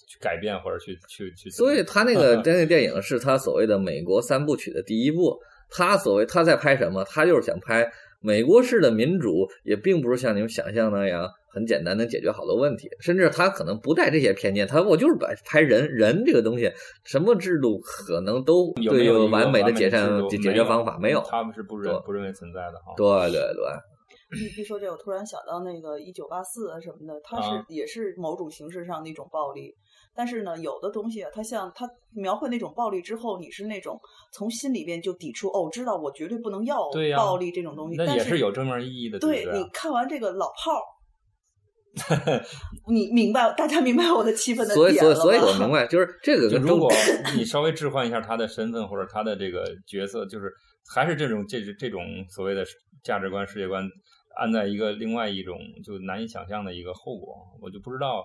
Speaker 2: 去改变或者去去去怎么
Speaker 4: 所
Speaker 2: 样。
Speaker 4: 以他那个那个电影是他所谓的美国三部曲的第一部。他所谓他在拍什么？他就是想拍美国式的民主，也并不是像你们想象那样很简单能解决好多问题，甚至他可能不带这些偏见。他我就是把拍人人这个东西，什么制度可能都
Speaker 2: 有
Speaker 4: 对
Speaker 2: 没有一个
Speaker 4: 完美的
Speaker 2: 制
Speaker 4: 解决
Speaker 2: 度
Speaker 4: 解决方法没有。
Speaker 2: 他们是不认
Speaker 4: 对
Speaker 2: 不认为存在的哈。
Speaker 4: 对对对，
Speaker 3: 一一说这，我突然想到那个一九八四啊什么的，它是、
Speaker 2: 啊
Speaker 3: 也是某种形式上的一种暴力。但是呢，有的东西啊，它像它描绘那种暴力之后，你是那种从心里边就抵触哦，知道我绝对不能要
Speaker 2: 对呀
Speaker 3: 暴力这种东西。
Speaker 2: 那
Speaker 3: 但
Speaker 2: 也
Speaker 3: 是
Speaker 2: 有正面意义的，
Speaker 3: 对
Speaker 2: 不
Speaker 3: 你看完这个老炮儿，
Speaker 2: [LAUGHS]
Speaker 3: 你明白大家明白我的气愤的
Speaker 4: 所
Speaker 3: 点
Speaker 4: 以
Speaker 3: 了
Speaker 4: 所以所
Speaker 3: 吧
Speaker 4: 以
Speaker 3: [LAUGHS]
Speaker 4: 我明白，就是这个
Speaker 2: 就
Speaker 4: 跟
Speaker 2: 如
Speaker 4: 中 [LAUGHS]
Speaker 2: 果你稍微置换一下他的身份或者他的这个角色，就是还是这种这这种所谓的价值观、世界观，按在一个另外一种就难以想象的一个后果，我就不知道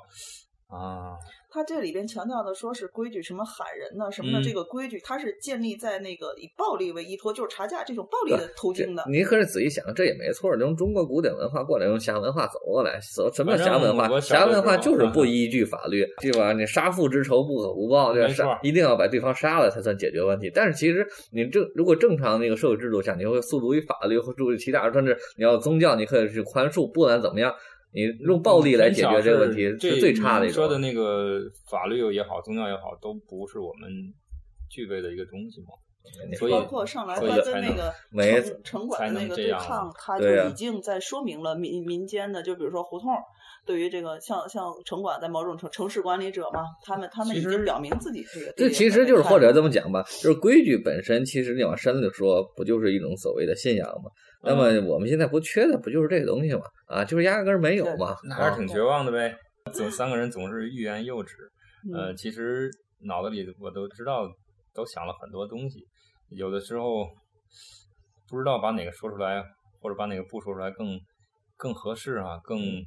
Speaker 2: 啊，
Speaker 3: 他这里边强调的说是规矩，什么喊人呐、什么的，
Speaker 2: 嗯
Speaker 3: 这个规矩它是建立在那个以暴力为依托，就是查价这种暴力的途
Speaker 4: 这
Speaker 3: 径的。
Speaker 4: 你可是仔细想，这也没错儿。从中国古典文化过来，用侠文化走过来，走什么
Speaker 2: 反
Speaker 4: 侠
Speaker 2: 正
Speaker 4: 文化？
Speaker 2: 我小
Speaker 4: 侠
Speaker 2: 的
Speaker 4: 文
Speaker 2: 时候
Speaker 4: 化就是
Speaker 2: 啊
Speaker 4: 不依据法律，对吧？你杀父之仇不可不报，对吧？
Speaker 2: 没错
Speaker 4: 杀一定要把对方杀了才算解决问题。但是其实你正如果正常那个社会制度下，你会诉诸于法律或注于其他的，甚至你要宗教，你可以去宽恕，不管怎么样，你用暴力来解决这个问题
Speaker 2: 很少
Speaker 4: 是
Speaker 2: 是
Speaker 4: 最差的一
Speaker 2: 你说的
Speaker 4: 种。
Speaker 2: 那个法律也好，宗教也好，都不是我们具备的一个东西嘛。
Speaker 4: 你
Speaker 2: 所以
Speaker 3: 包括上来
Speaker 2: 所以
Speaker 3: 他跟
Speaker 2: 才
Speaker 3: 那
Speaker 2: 能
Speaker 3: 个
Speaker 4: 没
Speaker 3: 城城管
Speaker 2: 才
Speaker 3: 的那
Speaker 2: 能
Speaker 3: 个
Speaker 2: 这
Speaker 3: 对
Speaker 2: 样
Speaker 3: 抗
Speaker 2: 嘛，
Speaker 3: 他就
Speaker 4: 对呀
Speaker 3: 已经在说明了民民间的，就比如说胡同儿对于这个像像城管在某种城城市管理者嘛，他们他们
Speaker 2: 其
Speaker 3: 已经
Speaker 2: 实
Speaker 3: 表明自己这个
Speaker 4: 这
Speaker 3: 对
Speaker 4: 其
Speaker 3: 这个
Speaker 4: 实就是
Speaker 3: 态
Speaker 4: 或者
Speaker 3: 度
Speaker 4: 这么讲吧，就是规矩本身，其实你往深里说，不就是一种所谓的信仰吗？那么我们现在不缺的不就是这个东西吗？啊，就是压根儿没有嘛。
Speaker 2: 那还
Speaker 4: 啊
Speaker 2: 是挺绝望的呗。总三个人总是欲言又止，呃，
Speaker 3: 嗯
Speaker 2: 其实脑子里我都知道，都想了很多东西，有的时候不知道把哪个说出来，或者把哪个不说出来更更合适啊，更
Speaker 4: 嗯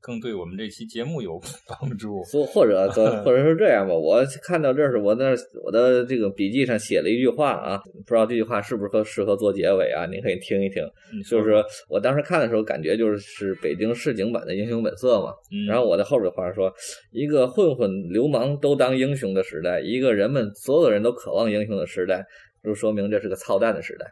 Speaker 2: 更对我们这期节目有 [LAUGHS] 帮助。
Speaker 4: 或或者说或者说这样吧，我看到这儿是我那儿我的这个笔记上写了一句话啊，不知道这句话是不是合适合做结尾啊？您可以听一听。
Speaker 2: 你说
Speaker 4: 就是我当时看的时候，感觉就是是北京市井版的《英雄本色》嘛。
Speaker 2: 嗯
Speaker 4: 然后我在后边话说，一个混混流氓都当英雄的时代，一个人们所有人都渴望英雄的时代，就说明这是个操蛋的时代。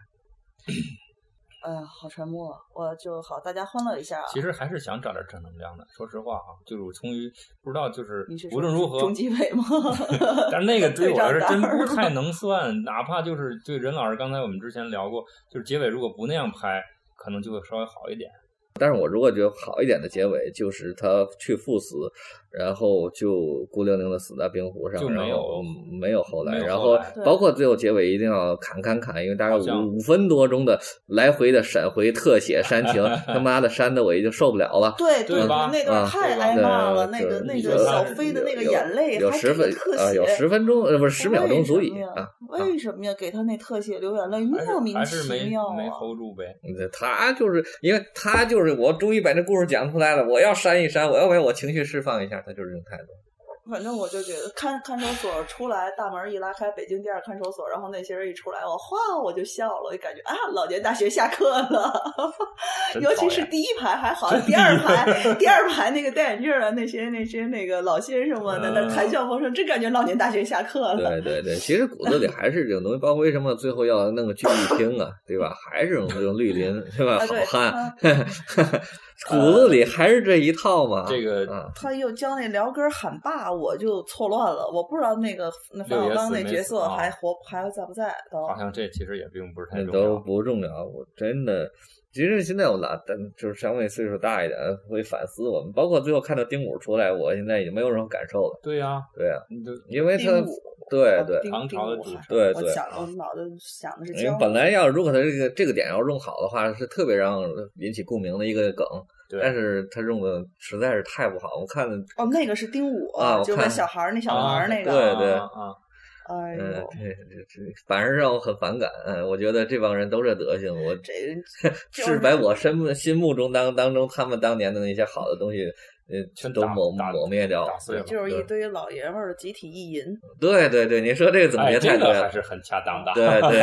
Speaker 3: 哎呀，好沉默啊，我就好，大家欢乐一下啊。
Speaker 2: 其实还是想找点正能量的，说实话啊，就是我从于不知道，就是
Speaker 3: 你是
Speaker 2: 无
Speaker 3: 说
Speaker 2: 论如何，
Speaker 3: 中纪委吗？
Speaker 2: [LAUGHS] 但是那个
Speaker 3: [LAUGHS]
Speaker 2: 对我来说真不
Speaker 3: 队长胆儿
Speaker 2: 太能算，哪怕就是对任老师刚才我们之前聊过，就是结尾如果不那样拍，可能就会稍微好一点。
Speaker 4: 但是我如果觉得好一点的结尾，就是他去赴死，然后就孤零零的死在冰湖上，
Speaker 2: 就没
Speaker 4: 然后
Speaker 2: 有
Speaker 4: 嗯没有后来，
Speaker 2: 没有
Speaker 4: 然
Speaker 2: 后
Speaker 4: 后
Speaker 2: 来
Speaker 4: 包括最后结尾一定要砍砍砍，因为大概
Speaker 2: 好像
Speaker 4: 五五分多钟的来回的闪回特写煽
Speaker 2: [LAUGHS]
Speaker 4: 情，他妈的煽的我已经受不了了。
Speaker 3: 对
Speaker 2: 对吧
Speaker 3: 那段
Speaker 4: 啊
Speaker 3: 太
Speaker 2: 对吧
Speaker 3: 挨骂
Speaker 4: 对
Speaker 3: 了，那个
Speaker 4: 就是
Speaker 3: 那
Speaker 2: 你
Speaker 3: 个
Speaker 2: 说
Speaker 3: 小
Speaker 2: 他
Speaker 3: 飞的
Speaker 4: 有
Speaker 3: 那个
Speaker 4: 有
Speaker 3: 眼泪，
Speaker 4: 有
Speaker 3: 还给
Speaker 4: 十分
Speaker 3: 了特
Speaker 4: 啊，
Speaker 3: 写，
Speaker 4: 有十分钟呃不是十秒钟足以
Speaker 3: 为什么呀
Speaker 4: 啊。啊
Speaker 3: 为什么呀？给他那特写留眼泪，
Speaker 2: 还是
Speaker 3: 莫名
Speaker 2: 还是
Speaker 3: 其
Speaker 2: 没
Speaker 3: 妙啊！
Speaker 2: 没 hold 住呗。
Speaker 4: 嗯他就是因为他就是我终于把这故事讲出来了，我要删一删，我要把我情绪释放一下，他就是这种态度。
Speaker 3: 反正我就觉得看看守所出来，大门一拉开，北京第二看守所，然后那些人一出来，我哗我就笑了，我就感觉啊，老年大学下课了。
Speaker 2: [LAUGHS] 真
Speaker 3: 尤
Speaker 2: 讨
Speaker 3: 其是
Speaker 2: 厌
Speaker 3: 第一排还好，第二排 [LAUGHS] 第二排那个戴眼镜儿的那些那些那个老先生们在那
Speaker 2: 嗯
Speaker 3: 谈笑风生，真感觉老年大学下课了。
Speaker 4: 对对对，其实骨子里还是这种东西，包括为什么最后要弄个聚义厅啊，对吧？还是这种这种绿林，对吧？
Speaker 3: 啊
Speaker 4: 好
Speaker 3: 对
Speaker 4: 汉， [LAUGHS] 骨子里还是这一套嘛。
Speaker 2: 这个
Speaker 4: 啊，
Speaker 3: 他又教那撩根喊爸，我就错乱了。我不知道那个那冯小刚那角
Speaker 2: 啊
Speaker 3: 色还活还在不在都
Speaker 2: 好。像这其实也并不是太
Speaker 4: 那
Speaker 2: 重
Speaker 4: 都
Speaker 2: 要。
Speaker 4: 不重要。我真的，其实现在我老，但就是稍微岁数大一点，会反思我们。包括最后看到丁武出来，我现在已经没有任何感受了。
Speaker 2: 对呀、
Speaker 4: 对啊，
Speaker 2: 你就
Speaker 4: 因为他
Speaker 3: 丁武，
Speaker 4: 对
Speaker 3: 啊
Speaker 4: 对，
Speaker 3: 丁
Speaker 2: 唐朝的
Speaker 3: 丁武
Speaker 2: 主
Speaker 3: 还
Speaker 2: 持
Speaker 4: 对
Speaker 3: 我
Speaker 4: 对
Speaker 3: 想我
Speaker 2: 啊
Speaker 3: 脑子想的是
Speaker 4: 因为
Speaker 3: 姜，
Speaker 4: 本来要如果他这个这个点要用好的话，是特别让引起共鸣的一个梗，
Speaker 2: 对，
Speaker 4: 但是他用的实在是太不好。我看
Speaker 3: 哦，那个是丁武
Speaker 4: 啊我
Speaker 3: 就
Speaker 4: 看
Speaker 3: 问小孩儿那小
Speaker 2: 啊
Speaker 3: 孩儿那个，
Speaker 4: 对对
Speaker 2: 啊啊，
Speaker 3: 哎
Speaker 4: 嗯，
Speaker 3: 呦，
Speaker 4: 这这这，反而让我很反感。嗯我觉得这帮人都这德行，我
Speaker 3: 这人
Speaker 4: 是把我心目心目中当当中他们当年的那些好的东西，呃，
Speaker 2: 全
Speaker 4: 都
Speaker 2: 打
Speaker 4: 抹
Speaker 2: 打
Speaker 4: 抹灭掉
Speaker 2: 打碎了
Speaker 3: 就是一
Speaker 4: 对
Speaker 3: 堆老爷们儿的集体意淫。
Speaker 4: 对对对，你说这个总
Speaker 2: 哎
Speaker 4: 结太
Speaker 2: 这
Speaker 4: 对
Speaker 2: 个还
Speaker 4: 了。
Speaker 2: 是很恰当的。啊
Speaker 4: 对对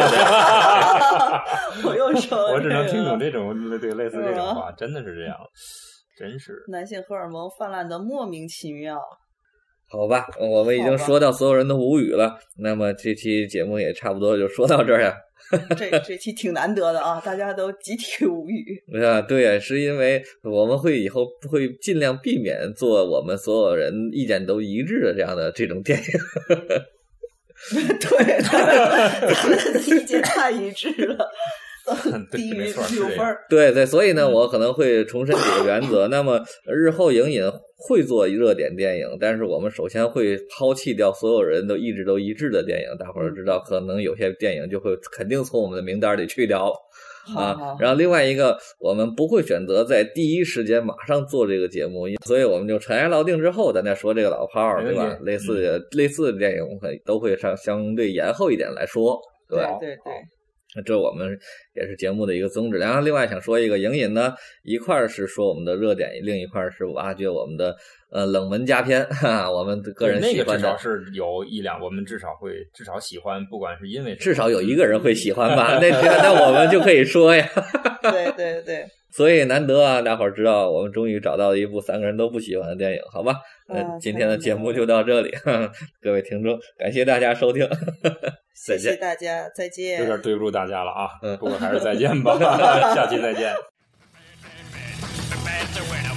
Speaker 2: [LAUGHS]
Speaker 4: 对，
Speaker 3: 我又说哦了这个，嗯
Speaker 2: 我只能听懂这种对类似这
Speaker 3: 是吗
Speaker 2: 种话，真的是这样，真是。
Speaker 3: 男性荷尔蒙泛滥的莫名其妙。
Speaker 4: 好吧，我们已经
Speaker 3: 好吧
Speaker 4: 说到所有人都无语了，那么这期节目也差不多就说到这儿呀。
Speaker 3: 这这期挺难得的啊，大家都集体无语。 [LAUGHS]
Speaker 4: 啊，对，是因为我们会以后会尽量避免做我们所有人意见都一致的这样的这种电影。
Speaker 3: 对，咱们意见太一致了，
Speaker 4: [LAUGHS]
Speaker 2: 对
Speaker 3: 低于
Speaker 2: 没错是
Speaker 3: 六
Speaker 2: 这
Speaker 3: 分
Speaker 2: 样
Speaker 3: 儿。
Speaker 4: 对对，所以呢，
Speaker 3: 嗯
Speaker 4: 我可能会重申几个原则。那么日后影影会做热点电影，但是我们首先会抛弃掉所有人都意志都一致的电影。大伙儿知道，可能有些电影就会肯定从我们的名单里去掉。
Speaker 3: 好好
Speaker 4: 啊，然后另外一个，我们不会选择在第一时间马上做这个节目，因所以我们就尘埃落定之后，咱再说这个老炮儿，
Speaker 2: 没
Speaker 4: 对
Speaker 2: 问题
Speaker 4: 吧？
Speaker 3: 嗯
Speaker 4: 类似的、类似的电影，我们可以都会上相对延后一点来说。对，
Speaker 3: 对对，
Speaker 4: 那这我们也是节目的一个宗旨。然后另外想说一个，影引呢，一块儿是说我们的热点，另一块儿是挖掘我们的呃冷门佳片，哈哈，我们个人
Speaker 2: 那
Speaker 4: 喜
Speaker 2: 个
Speaker 4: 欢
Speaker 2: 至
Speaker 4: 的
Speaker 2: 少。是有一两，我们至少会至少喜欢，不管是因为什
Speaker 4: 至
Speaker 2: 么
Speaker 4: 少有一个人会喜欢吧，那那我们就可以说呀。 [LAUGHS]
Speaker 3: 对对对，
Speaker 4: 所以难得啊，大伙儿知道，我们终于找到了一部三个人都不喜欢的电影，好吧？那
Speaker 3: 嗯
Speaker 4: 今天的节目就到这里，各位听众，感谢大家收听， [LAUGHS] 再
Speaker 3: 谢
Speaker 4: 见
Speaker 3: 谢。大家，再见。
Speaker 2: 有点对不住大家了啊
Speaker 4: 嗯。 [LAUGHS]
Speaker 2: 不过还是再见吧，下期再见。
Speaker 5: The man's a winner.